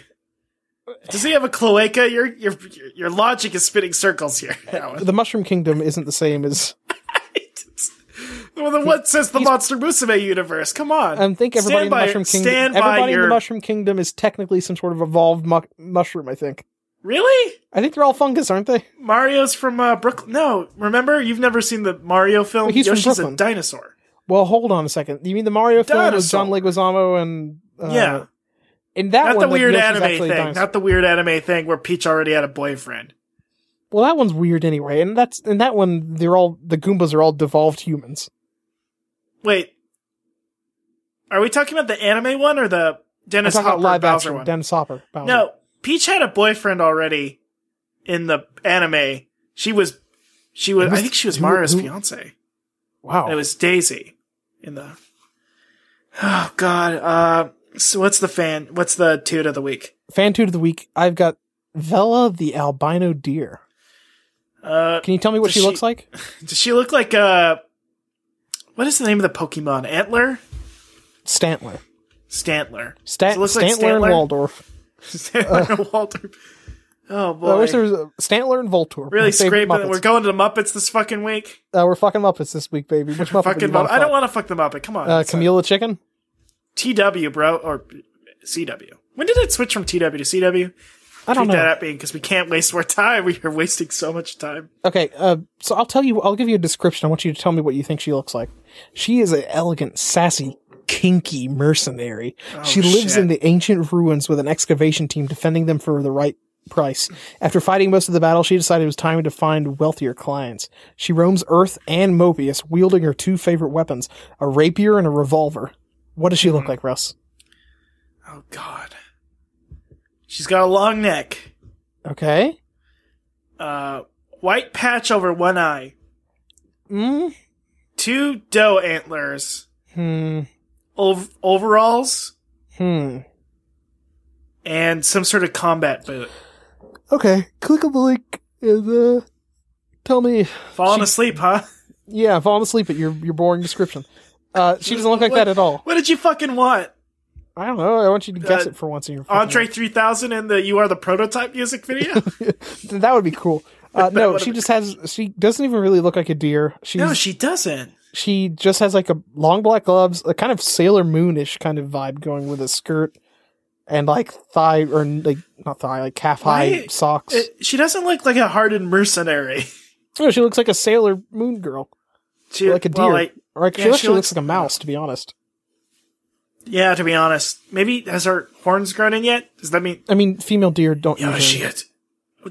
A: Does he have a cloaca? Your your your logic is spinning circles here, Alan.
B: The Mushroom Kingdom isn't the same as
A: well, then what says the Monster Musume universe? Come on.
B: I um, think everybody
A: stand
B: in the
A: by,
B: Mushroom Kingdom.
A: Stand by
B: everybody
A: your.
B: in the Mushroom Kingdom is technically some sort of evolved mu- mushroom. I think.
A: really?
B: I think they're all fungus, aren't they?
A: Mario's from uh, Brooklyn. No, remember you've never seen the Mario film.
B: He's from
A: Yoshi's a
B: Brooklyn.
A: dinosaur.
B: Well, hold on a second. You mean the Mario film with
A: Dinosaur.
B: John Leguizamo and uh,
A: yeah,
B: and that
A: not the
B: one, like,
A: weird
B: Yoshi's
A: anime
B: actually a
A: thing.
B: dinosaur.
A: Not the weird anime thing where Peach already had a boyfriend.
B: Well, that one's weird anyway, and that's and that one they're all the Goombas are all devolved humans.
A: Wait, are we talking about the anime one or the
B: I'm
A: Dennis
B: talking
A: Hopper
B: about live
A: Bowser
B: action
A: one?
B: Dennis Hopper. Bowser.
A: No, Peach had a boyfriend already in the anime. She was, she was.
B: Who was-
A: I think she was
B: who- Oh.
A: Mario's
B: who-
A: fiance. And it
B: wow.
A: was Daisy in the. Oh God. Uh, so what's the fan? What's the toot of the week?
B: Fan toot of the week. I've got Vela the albino deer.
A: Uh,
B: Can you tell me what
A: Does
B: she,
A: she-
B: looks like?
A: does she look like uh, what is the name of the Pokemon? Antler,
B: Stantler.
A: Stantler,
B: Stat-
A: Does it look like
B: Stantler and
A: Stantler?
B: Waldorf.
A: Stantler, Walter. Oh boy.
B: I wish there was a Stantler and Voltorb.
A: Really
B: my favorite
A: scraping. We're
B: Muppets.
A: going to the Muppets this fucking week.
B: Uh, we're fucking Muppets this week, baby. Which Muppet do
A: Fucking
B: you wanna
A: Muppet. I don't
B: fuck?
A: want to fuck the Muppet. Come on.
B: Uh,
A: It's, uh,
B: Camille the chicken.
A: TW, bro, or CW. When did it switch from TW to CW?
B: I don't
A: Tweet that
B: know.
A: at me because we can't waste more time. We are wasting so much time.
B: Okay, uh, so I'll tell you. I'll give you a description. I want you to tell me what you think she looks like. She is an elegant, sassy, kinky mercenary. she lives
A: Oh, shit.
B: in the ancient ruins with an excavation team defending them for the right price. After fighting most of the battle, she decided it was time to find wealthier clients. She roams Earth and Mobius, wielding her two favorite weapons: a rapier and a revolver. What
A: Mm-hmm.
B: does she look like, Russ?
A: Oh God, she's got a long neck.
B: Okay.
A: Uh, white patch over one eye,
B: Mm.
A: two doe antlers,
B: Hmm.
A: ov- overalls,
B: Hmm.
A: and some sort of combat boot.
B: Okay. Click on the link and uh, tell me.
A: Falling
B: She-
A: asleep, huh?
B: Yeah, I've fallen asleep at your your boring description. Uh, she doesn't look like that at all.
A: What did you fucking want?
B: I don't know. I want you to guess
A: Uh,
B: it for once in your fucking
A: Andre 3000 and the You Are the Prototype music video?
B: life. that would be cool. Uh,
A: That
B: no,
A: would've
B: she
A: been
B: just has. She doesn't even really look like a deer. She's
A: no, she doesn't.
B: she just has like a long black gloves, a kind of Sailor Moonish kind of vibe going with a skirt and like thigh or like not thigh, like calf high
A: Why-
B: socks.
A: It, she doesn't look like a hardened mercenary.
B: No, she looks like a Sailor Moon girl,
A: She,
B: Like a
A: well,
B: deer.
A: like-
B: or like,
A: Yeah,
B: she
A: she
B: actually looks
A: looks-
B: like a mouse, to be honest.
A: yeah, to be honest. Maybe has her horns grown in yet? Does that mean?
B: I mean, female deer don't
A: Oh
B: usually.
A: shit!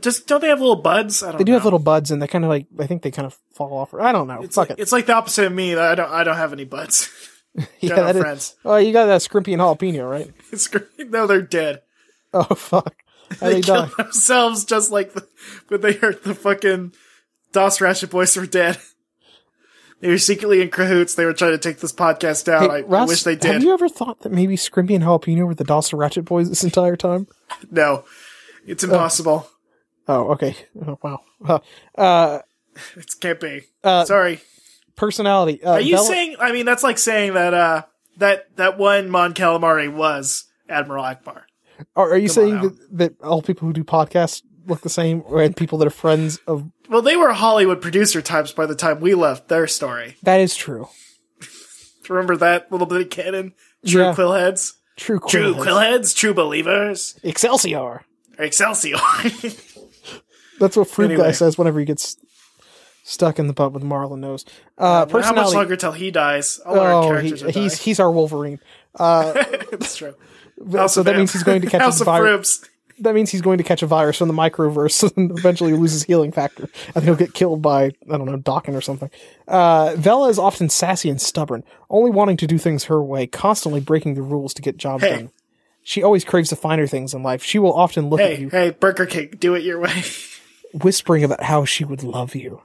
A: Just don't they have little buds? I don't.
B: They do
A: know.
B: have little buds, and they kind of like I think they kind of fall off. Or, I don't know.
A: It's
B: Fuck
A: like,
B: it.
A: it's like the opposite of me. I don't. I don't have any buds.
B: Yeah,
A: They're
B: that
A: not
B: is-
A: friends.
B: oh, you got that scrimpy and jalapeno, right?
A: It's great. No, they're dead.
B: Oh fuck. How
A: They
B: they
A: kill
B: die?
A: themselves just like the, but they hurt the fucking DOS Ratchet Boys were dead. They were secretly in cahoots. They were trying to take this podcast down. I, I
B: Russ,
A: wish they
B: Have
A: did.
B: you ever thought that maybe Scrimpy and Jalapeno were the Dawson Ratchet boys this entire time?
A: no,
B: Uh,
A: it's impossible.
B: Oh, okay. Oh, wow. Uh, uh,
A: it can't be.
B: uh,
A: Sorry.
B: personality. Uh,
A: Are you
B: Bella-
A: saying? I mean, that's like saying that uh that that one Mon Calamari was Admiral Akbar.
B: Are, are you
A: Come on
B: saying that, that all people who do podcasts look the same, or- and people that are friends of
A: Well, they were Hollywood producer types by the time we left their story.
B: that is true?
A: Remember that little bit of canon? True
B: Yeah.
A: quill heads.
B: True,
A: True
B: Quillheads.
A: Quillheads, true believers,
B: Excelsior.
A: or Excelsior.
B: That's what Fruit Guy
A: Anyway.
B: says whenever he gets stuck in the butt with Marlin Nose.
A: How
B: Uh,
A: much
B: personality.
A: longer till he dies? All our
B: oh, he,
A: characters are
B: he's
A: he's,
B: he's our Wolverine.
A: It's true.
B: so
A: of
B: that
A: M.
B: means he's going to catch
A: House
B: a
A: of
B: virus.
A: Fribs.
B: That means he's going to catch a virus from the microverse and eventually lose his healing factor. I think he'll get killed by I don't know Dokken or something. Uh, Vela is often sassy and stubborn, only wanting to do things her way, constantly breaking the rules to get jobs
A: Hey.
B: done. She always craves the finer things in life. She will often look at
A: Hey,
B: you,
A: hey, Burger King, do it your way.
B: whispering about how she would love you.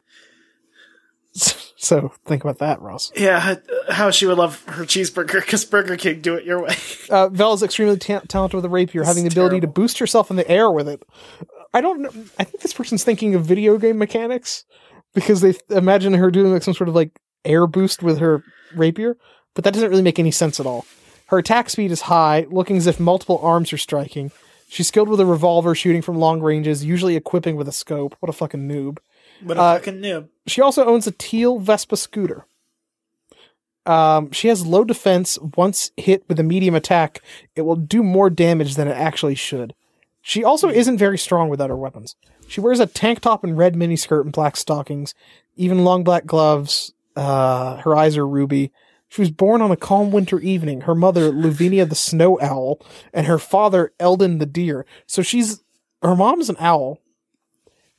B: So think about that, Ross.
A: yeah, how she would love her cheeseburger because Burger King, do it your way.
B: Uh, Vel is extremely ta- talented with a rapier, having the
A: is
B: ability to
A: terrible.
B: boost herself in the air with it. I don't know. I think this person's thinking of video game mechanics because they imagine her doing like some sort of like air boost with her rapier, but that doesn't really make any sense at all. Her attack speed is high, looking as if multiple arms are striking. She's skilled with a revolver, shooting from long ranges, usually equipping with a scope. What a fucking noob.
A: What a
B: Uh,
A: fucking noob.
B: She also owns a teal Vespa scooter. Um, she has low defense. Once hit with a medium attack, it will do more damage than it actually should. She also isn't very strong without her weapons. She wears a tank top and red miniskirt and black stockings, even long black gloves. Uh, her eyes are ruby. She was born on a calm winter evening. Her mother, Luvinia the snow owl, and her father, Eldon the deer. So she's her mom's an owl,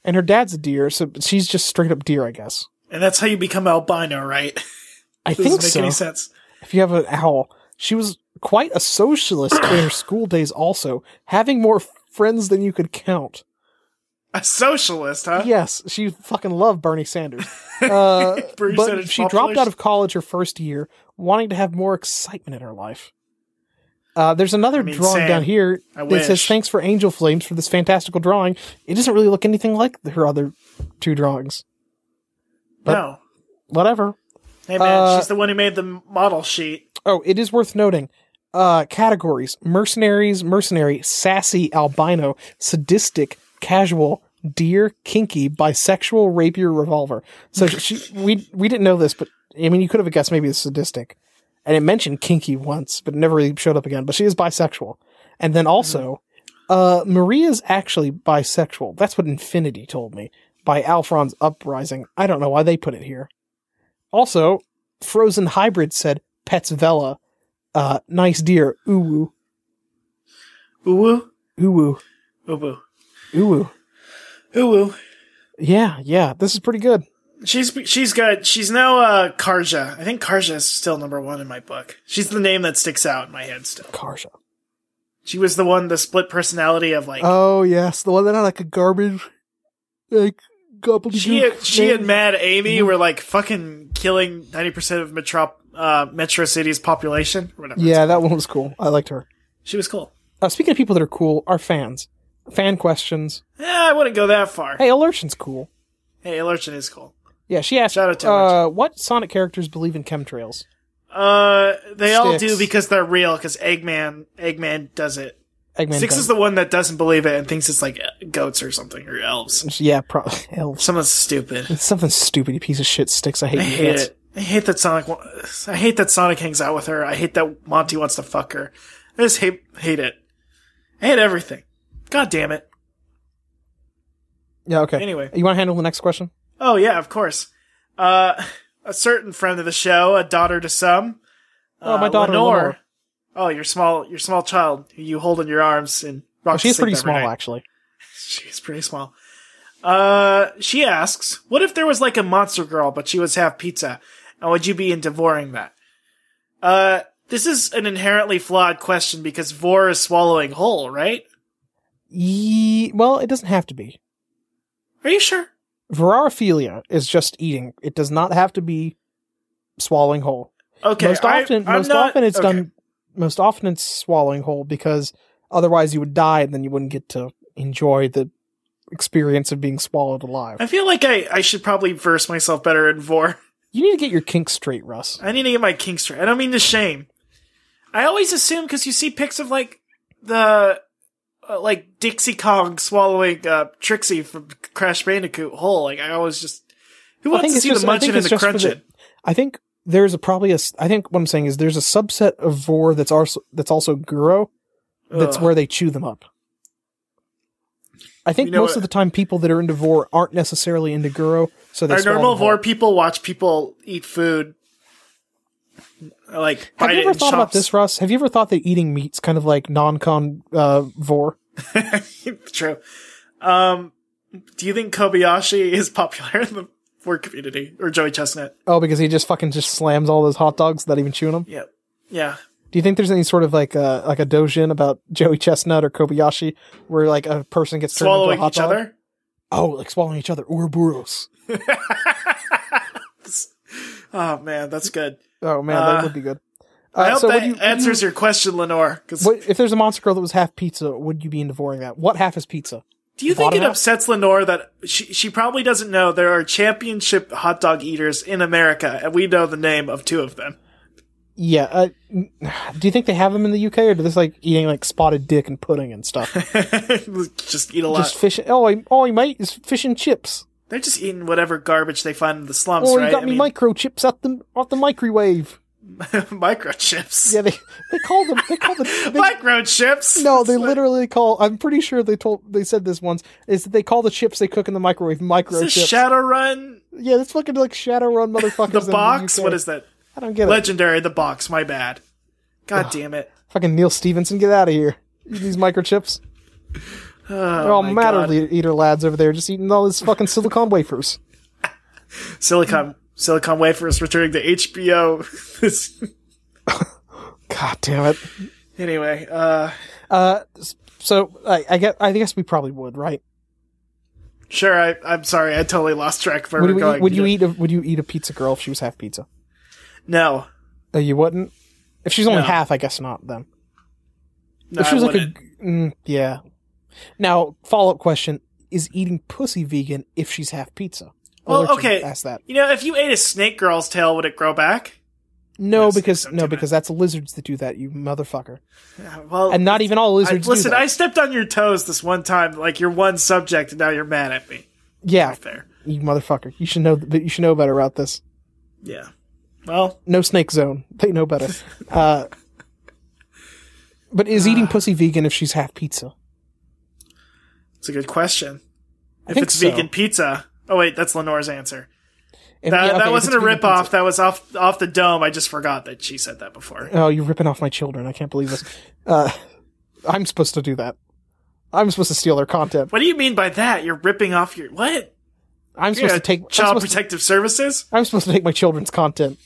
B: and her dad's a deer. So she's just straight up deer, I guess.
A: And that's how you become albino, right?
B: I
A: Doesn't
B: think
A: make
B: so.
A: any sense.
B: If you have an owl, she was quite a socialist in her school days, also having more friends than you could count.
A: A socialist, huh?
B: Yes, she fucking loved Bernie Sanders. Uh,
A: Bernie
B: but
A: Sanders
B: she dropped
A: populars.
B: out of college her first year, wanting to have more excitement in her life. Uh, there's another
A: mean,
B: drawing
A: same.
B: down here
A: I
B: that says
A: wish.
B: "Thanks for Angel Flames" for this fantastical drawing. It doesn't really look anything like her other two drawings. But-
A: no.
B: Whatever.
A: Hey man,
B: uh,
A: she's the one who made the model sheet.
B: Oh, it is worth noting. Uh, categories: mercenaries, mercenary, sassy, albino, sadistic, casual, deer, kinky, bisexual, rapier, revolver. So she, we we didn't know this, but I mean, you could have guessed maybe it's sadistic, and it mentioned kinky once, but it never really showed up again. But she is bisexual, and then also, uh, Maria's actually bisexual. That's what Infinity told me by Alphron's Uprising. I don't know why they put it here. Also, Frozen Hybrid said Pets Vela. Uh, nice deer. Ooh woo.
A: Ooh woo.
B: Ooh woo.
A: Ooh woo.
B: Ooh woo.
A: Ooh woo.
B: Yeah, yeah. This is pretty good.
A: She's she's got she's now uh Karja. I think Karja is still number one in my book. She's the name that sticks out in my head still.
B: Karsha.
A: She was the one, the split personality of like
B: Oh yes, the one that had like a garbage, like gobbledygook.
A: she she
B: thing.
A: and Mad Amy
B: Mm-hmm.
A: were like fucking killing ninety percent of Metro uh, Metro City's population. Or whatever.
B: yeah, that one was cool. I liked her.
A: she was cool.
B: Uh, speaking of people that are cool, our fans, fan questions.
A: Yeah, I wouldn't go that far.
B: Hey, Alertion's cool.
A: Hey, Lurchin is cool.
B: Yeah, she asked.
A: Shout out to
B: uh, what Sonic characters believe in chemtrails?
A: Uh, they all
B: Sticks.
A: do because they're real. Because Eggman, Eggman does it.
B: Eggman.
A: Six is the one that doesn't believe it and thinks it's like goats or something or elves.
B: does. yeah, probably elves.
A: Someone's stupid.
B: It's something stupid. You piece of shit sticks. I hate
A: I
B: you.
A: hate
B: That's-
A: it. I hate that Sonic. wa- I hate that Sonic hangs out with her. I hate that Monty wants to fuck her. I just hate hate it. I hate everything. God damn it.
B: Yeah. Okay.
A: Anyway.
B: you want to handle the next question?
A: Oh yeah, of course. Uh, a certain friend of the show, a daughter to some.
B: Oh, my
A: uh,
B: daughter,
A: Lenore.
B: Lenore.
A: Oh, your small your small child who you hold in your arms and rock.
B: Oh,
A: to
B: she's
A: sleep
B: pretty
A: every
B: small,
A: night.
B: actually.
A: She's pretty small. Uh, she asks, "What if there was like a monster girl, but she was half pizza, and would you be in devouring that?" Uh, this is an inherently flawed question because vor is swallowing whole, right?
B: Ye- well, it doesn't have to be.
A: Are you sure?
B: Virarophilia is just eating. It does not have to be swallowing whole.
A: Okay,
B: most
A: I-
B: often,
A: I'm
B: most
A: not-
B: often it's
A: okay.
B: done. Most often it's swallowing whole because otherwise you would die and then you wouldn't get to enjoy the experience of being swallowed alive.
A: I feel like I, I should probably verse myself better in vor.
B: You need to get your kinks straight, Russ.
A: I need to get my king straight. I don't mean to shame. I always assume because you see pics of like the uh, like Dixie Kong swallowing uh, Trixie from Crash Bandicoot whole. Like I always just who
B: I
A: wants
B: think
A: to
B: it's
A: see
B: just.
A: the
B: I think
A: munchin and the
B: it's just for
A: crunchin?
B: the, I think there's a probably a. s- I think what I'm saying is there's a subset of vor that's also that's also guro. That's
A: Ugh.
B: where they chew them up. I think
A: You know
B: most
A: what?
B: of the time people that are into vor aren't necessarily into guro, so they
A: Our
B: swallow
A: normal
B: them whole.
A: vor people watch people eat food. I, Like
B: Have
A: bite
B: you
A: it
B: ever
A: in
B: thought about
A: chunks.
B: this, Russ? Have you ever thought that eating meat's kind of like non-con uh, vor?
A: True. Um, do you think Kobayashi is popular in the vor community or Joey Chestnut?
B: Oh, because he just fucking just slams all those hot dogs without even chewing them.
A: Yeah, yeah.
B: Do you think there's any sort of like a like a dojin about Joey Chestnut or Kobayashi where like a person gets turned
A: Swallowing
B: into a hot
A: each
B: dog?
A: other.
B: Oh, like swallowing each other. Ouroboros.
A: Oh man, that's good.
B: Oh man,
A: Uh,
B: that would be good. Uh,
A: I hope
B: so would
A: that
B: you- would
A: answers
B: you-
A: your question, Lenore. 'cause
B: what- if there's a monster girl that was half pizza, would you be in devouring that? What half is pizza?
A: do you think
B: bottom
A: it
B: half?
A: upsets Lenore that she she probably doesn't know there are championship hot dog eaters in America, and we know the name of two of them?
B: Yeah. Uh, n- do you think they have them in the UK, or do this like eating like spotted dick and pudding and stuff?
A: just eat a lot.
B: just fish. All I, all I mate is fish and chips.
A: They're just eating whatever garbage they find in the slums,
B: Oh,
A: right?
B: you got
A: I
B: me
A: mean,
B: microchips out the out the microwave.
A: microchips.
B: Yeah, they they call them they call them. They,
A: microchips.
B: no, they literally call. I'm pretty sure they told they said this once is that they call the chips they cook in the microwave
A: The
B: microchips.
A: Shadowrun,
B: yeah, that's fucking like Shadowrun motherfuckers.
A: the
B: in
A: box.
B: UK.
A: what is that?
B: I don't get it.
A: Legendary, the box. My bad. God damn it.
B: Fucking Neil Stevenson, get out of here. Eat These microchips. They're all
A: Oh, my
B: matter
A: God.
B: le- eater lads over there just eating all this fucking silicon wafers.
A: Silicon Silicon wafers returning to HBO. This-
B: God damn it.
A: anyway, uh,
B: Uh, s- so I, I guess I guess we probably would, right?
A: sure. I, I'm sorry. I totally lost track of where
B: Would,
A: we're
B: we,
A: going.
B: would you eat a, would you eat a pizza girl if she was half pizza?
A: No.
B: Uh, you wouldn't. If she's only
A: No.
B: half, I guess not. Then
A: No,
B: if
A: I
B: she was like a
A: wouldn't.
B: mm, yeah. Now follow up question: Is eating pussy vegan if she's half pizza? I'll
A: Well,
B: let you
A: okay.
B: Ask that.
A: you know, if you ate a snake girl's tail, would it grow back?
B: No,
A: Yes,
B: because
A: don't do
B: no,
A: that.
B: because that's lizards that do that. You motherfucker.
A: Uh, Well,
B: And not even all
A: I,
B: lizards. do
A: listen,
B: that.
A: I stepped on your toes this one time. Like you're one subject, and now you're mad at me.
B: yeah,
A: There.
B: you motherfucker. You should know. But you should know better about this.
A: Yeah. Well,
B: No snake zone. They know better. uh, but
A: Ah.
B: is eating pussy vegan if she's half pizza?
A: it's a good question.
B: I
A: if
B: think
A: it's
B: so.
A: vegan pizza. Oh wait, that's Lenore's answer.
B: If-
A: That,
B: yeah, okay,
A: that
B: if
A: wasn't
B: it's
A: a
B: vegan
A: rip off. That was off off the dome. I just forgot that she said that before.
B: Oh, you're ripping off my children. I can't believe this. Uh, I'm supposed to do that. I'm supposed to steal their content.
A: What do you mean by that? You're ripping off your what?
B: I'm
A: You're
B: supposed
A: gonna
B: to take.
A: take
B: I'm
A: child
B: supposed to,
A: protective services?
B: I'm supposed to take my children's content.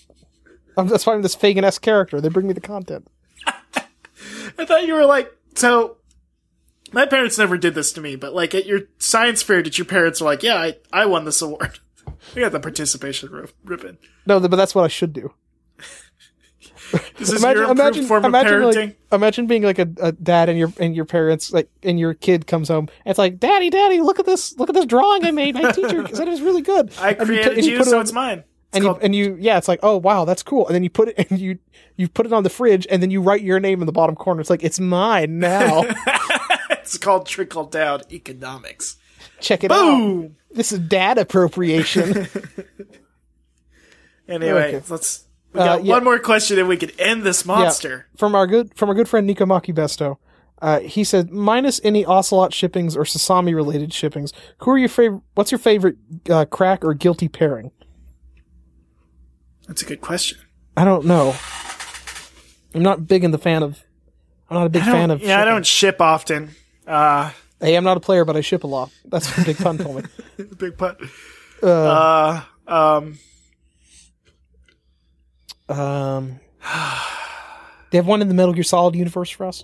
B: I'm, that's why I'm this Fagin esque character. They bring me the content.
A: I thought you were like So my parents never did this to me, but like at your science fair, did your parents were like, "Yeah, I, I won this award. I got the participation ri- ribbon."
B: No, th- but that's what I should do.
A: This is your improved form of parenting.
B: like, imagine being like a, a dad and your and your parents like and your kid comes home and it's like, Daddy, Daddy, look at this, look at this drawing I made. My teacher said it was really good.
A: I
B: And
A: created
B: and
A: you,
B: put it
A: so
B: on-
A: it's mine. It's
B: and you,
A: called-
B: and you yeah it's like oh wow that's cool and then you put it and you you put it on the fridge and then you write your name in the bottom corner it's like it's mine now
A: it's called trickle down economics. Oh!
B: check it out
A: Boom.
B: this is dad appropriation
A: Anyway,
B: Okay. Uh,
A: let's. We got
B: yeah.
A: one more question, and we could end this monster.
B: from our good from our good friend Nico Maki Besto uh, he said minus any ocelot shippings or sasami related shippings who are your favorite what's your favorite uh, crack or guilty pairing
A: That's a good question.
B: I don't know I'm not big in the fan of I'm not a big
A: I don't-
B: fan of
A: yeah, I
B: shipping.
A: don't ship often. Uh,
B: hey I'm not a player but I ship a lot that's what Big Pun told me
A: big pun. Uh, um, Uh,
B: Um, they have one in the Metal Gear Solid universe for us.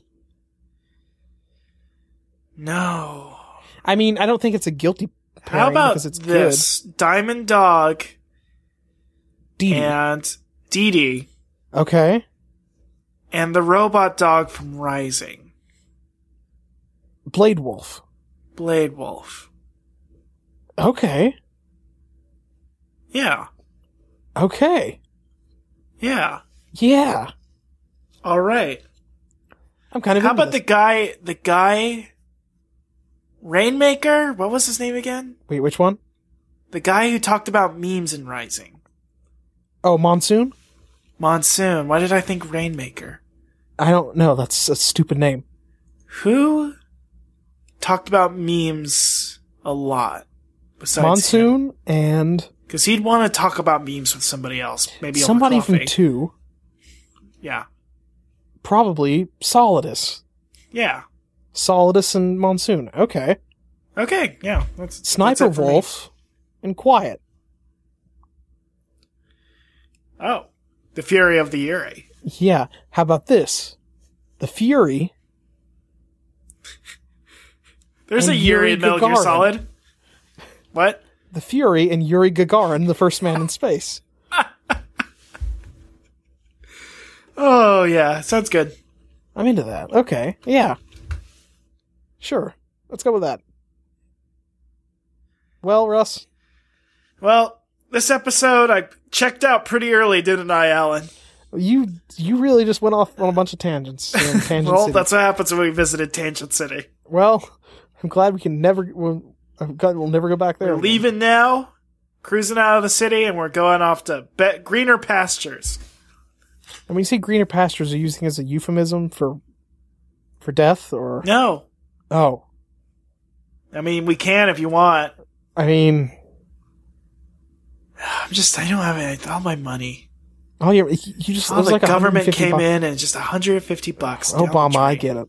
A: no.
B: I mean, I don't think it's a guilty. Pairing
A: How about
B: because it's
A: this? Diamond Dog
B: Good. Dee Dee.
A: and Dee Dee
B: Okay.
A: and the robot dog from Rising,
B: Blade Wolf.
A: Blade Wolf.
B: Okay.
A: Yeah,
B: Okay.
A: yeah.
B: Yeah.
A: All right.
B: I'm kind of.
A: How
B: into
A: about the
B: this.
A: guy? The guy. Rainmaker. What was his name again?
B: Wait, which one?
A: The guy who talked about memes in Rising.
B: Oh, Monsoon.
A: Monsoon. Why did I think Rainmaker?
B: I don't know. That's a stupid name.
A: Who talked about memes a lot? Besides
B: Monsoon and
A: Because he'd want to talk about memes with somebody else. Maybe over
B: somebody from
A: coffee.
B: Two,
A: Yeah.
B: probably Solidus.
A: Yeah.
B: Solidus and Monsoon. Okay.
A: Okay. Yeah. That's, that's
B: Sniper
A: it for me.
B: Wolf and Quiet.
A: Oh. The Fury of the Yuri.
B: Yeah. How about this? The Fury
A: There's a
B: And
A: Yuri in
B: Yuri
A: Metal Gear
B: Gagarin.
A: Solid. What?
B: the Fury and Yuri Gagarin, the first man in space.
A: Oh, yeah. Sounds good.
B: I'm into that. Okay. Yeah. Sure. Let's go with that. Well, Russ,
A: Well, this episode I checked out pretty early, didn't I, Alan?
B: you you really just went off on a bunch of tangents. in Tangent
A: Well,
B: City.
A: that's what happens when we visited Tangent City.
B: well, I'm glad we can never. We'll, I'm glad we'll never go back there.
A: We're leaving now, cruising out of the city, and we're going off to be- greener pastures.
B: And when you say greener pastures, are you using it as a euphemism for for death or
A: No.
B: oh?
A: I mean, we can if you want.
B: I mean,
A: I'm just, I don't have any, all my money.
B: oh, you you just it
A: All
B: was
A: the
B: like
A: government
B: 150
A: came
B: bucks.
A: in and just 150 bucks. down the
B: Obama, I
A: drain.
B: get it.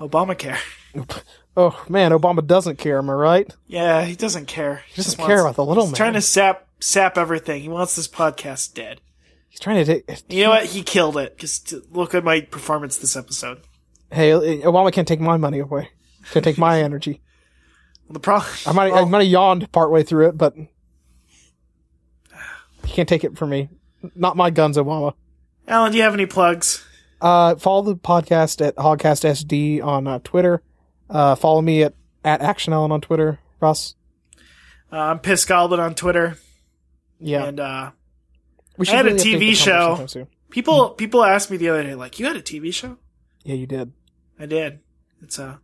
A: Obamacare.
B: Oh man, Obama doesn't care. Am I right?
A: Yeah, he doesn't care. He
B: doesn't care about the little
A: he's
B: man.
A: trying to sap sap everything. He wants this podcast dead.
B: He's trying to take.
A: You know what? He killed it. Just to look at my performance this episode.
B: Hey, Obama can't take my money away. Can't take my energy.
A: The problem.
B: I might I might have yawned partway through it, but he can't take it from me. Not my guns, Obama.
A: Alan, do you have any plugs?
B: Uh, follow the podcast at HogcastSD on uh, Twitter. Uh, follow me at, at Action Allen on Twitter. Russ,
A: Uh, I'm Piss Goblin on Twitter,
B: yeah,
A: and uh,
B: we
A: I had a
B: update the
A: TV
B: Tumblr
A: show.
B: sometime soon.
A: people people asked me the other day, like, "You had a TV show?"
B: Yeah, you did.
A: I did. It's uh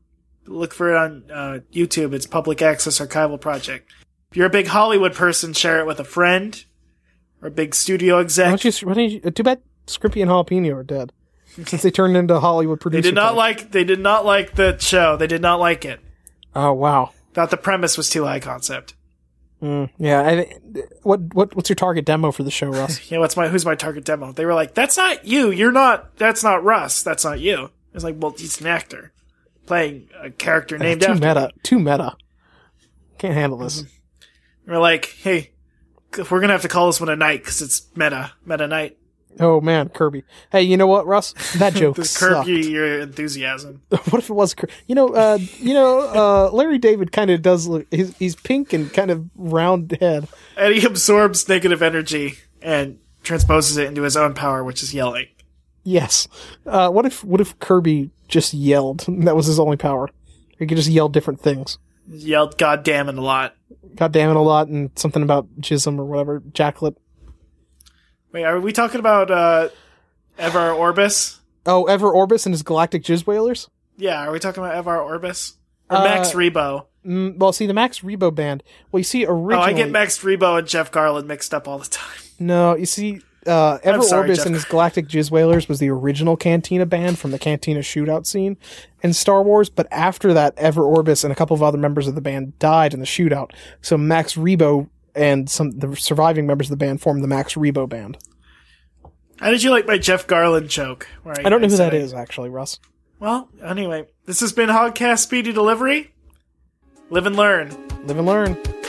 A: look for it on uh, YouTube. It's Public Access Archival Project. If you're a big Hollywood person, share it with a friend or a big studio
B: Why
A: exec.
B: don't you? Why don't you? Too bad Scrimpy and Jalapeno are dead since they turned into Hollywood
A: They
B: producers.
A: did not like. They did not like the show. They did not like it.
B: Oh wow.
A: Thought the premise was too high concept.
B: Mm, yeah. I, what what what's your target demo for the show, Russ?
A: You know, what's my who's my target demo? They were like, "That's not you. You're not. That's not Russ. That's not you." It's like, well, he's an actor playing a character named
B: too
A: after.
B: meta. Too meta. Can't handle this.
A: We're like, hey, we're gonna have to call this one a night because it's meta, meta night.
B: Oh man, Kirby. Hey, you know what, Russ? That joke
A: This curb
B: sucked.
A: you, your enthusiasm.
B: what if it was Kirby? You know, uh, you know, uh, Larry David kind of does look. He's, he's pink and kind of round head.
A: And he absorbs negative energy and transposes it into his own power, which is yelling.
B: Yes. Uh, what if what if Kirby just yelled? And that was his only power. He could just yell different things.
A: He yelled goddamn it a lot.
B: God damn it a lot and something about jism or whatever, jacklet.
A: Wait, are we talking about uh Evar Orbis?
B: Oh, Ever Orbis and his galactic jizz whalers?
A: Yeah, are we talking about Evar Orbis? Or
B: Uh,
A: Max Rebo?
B: Mm, well, see the Max Rebo band. Well, you see originally.
A: Oh, I get Max Rebo and Jeff Garland mixed up all the time.
B: No, you see, uh, Ever
A: sorry,
B: Orbis
A: Jeff.
B: and his Galactic Jizz Whalers was the original Cantina band from the Cantina shootout scene in Star Wars, but after that, Ever Orbis and a couple of other members of the band died in the shootout, so Max Rebo and some the surviving members of the band formed the Max Rebo band.
A: How did you like my Jeff Garland joke? Where
B: I don't know who
A: said
B: that
A: it?
B: is, actually, Russ.
A: Well, anyway, this has been Hogcast Speedy Delivery. Live and learn.
B: Live and learn.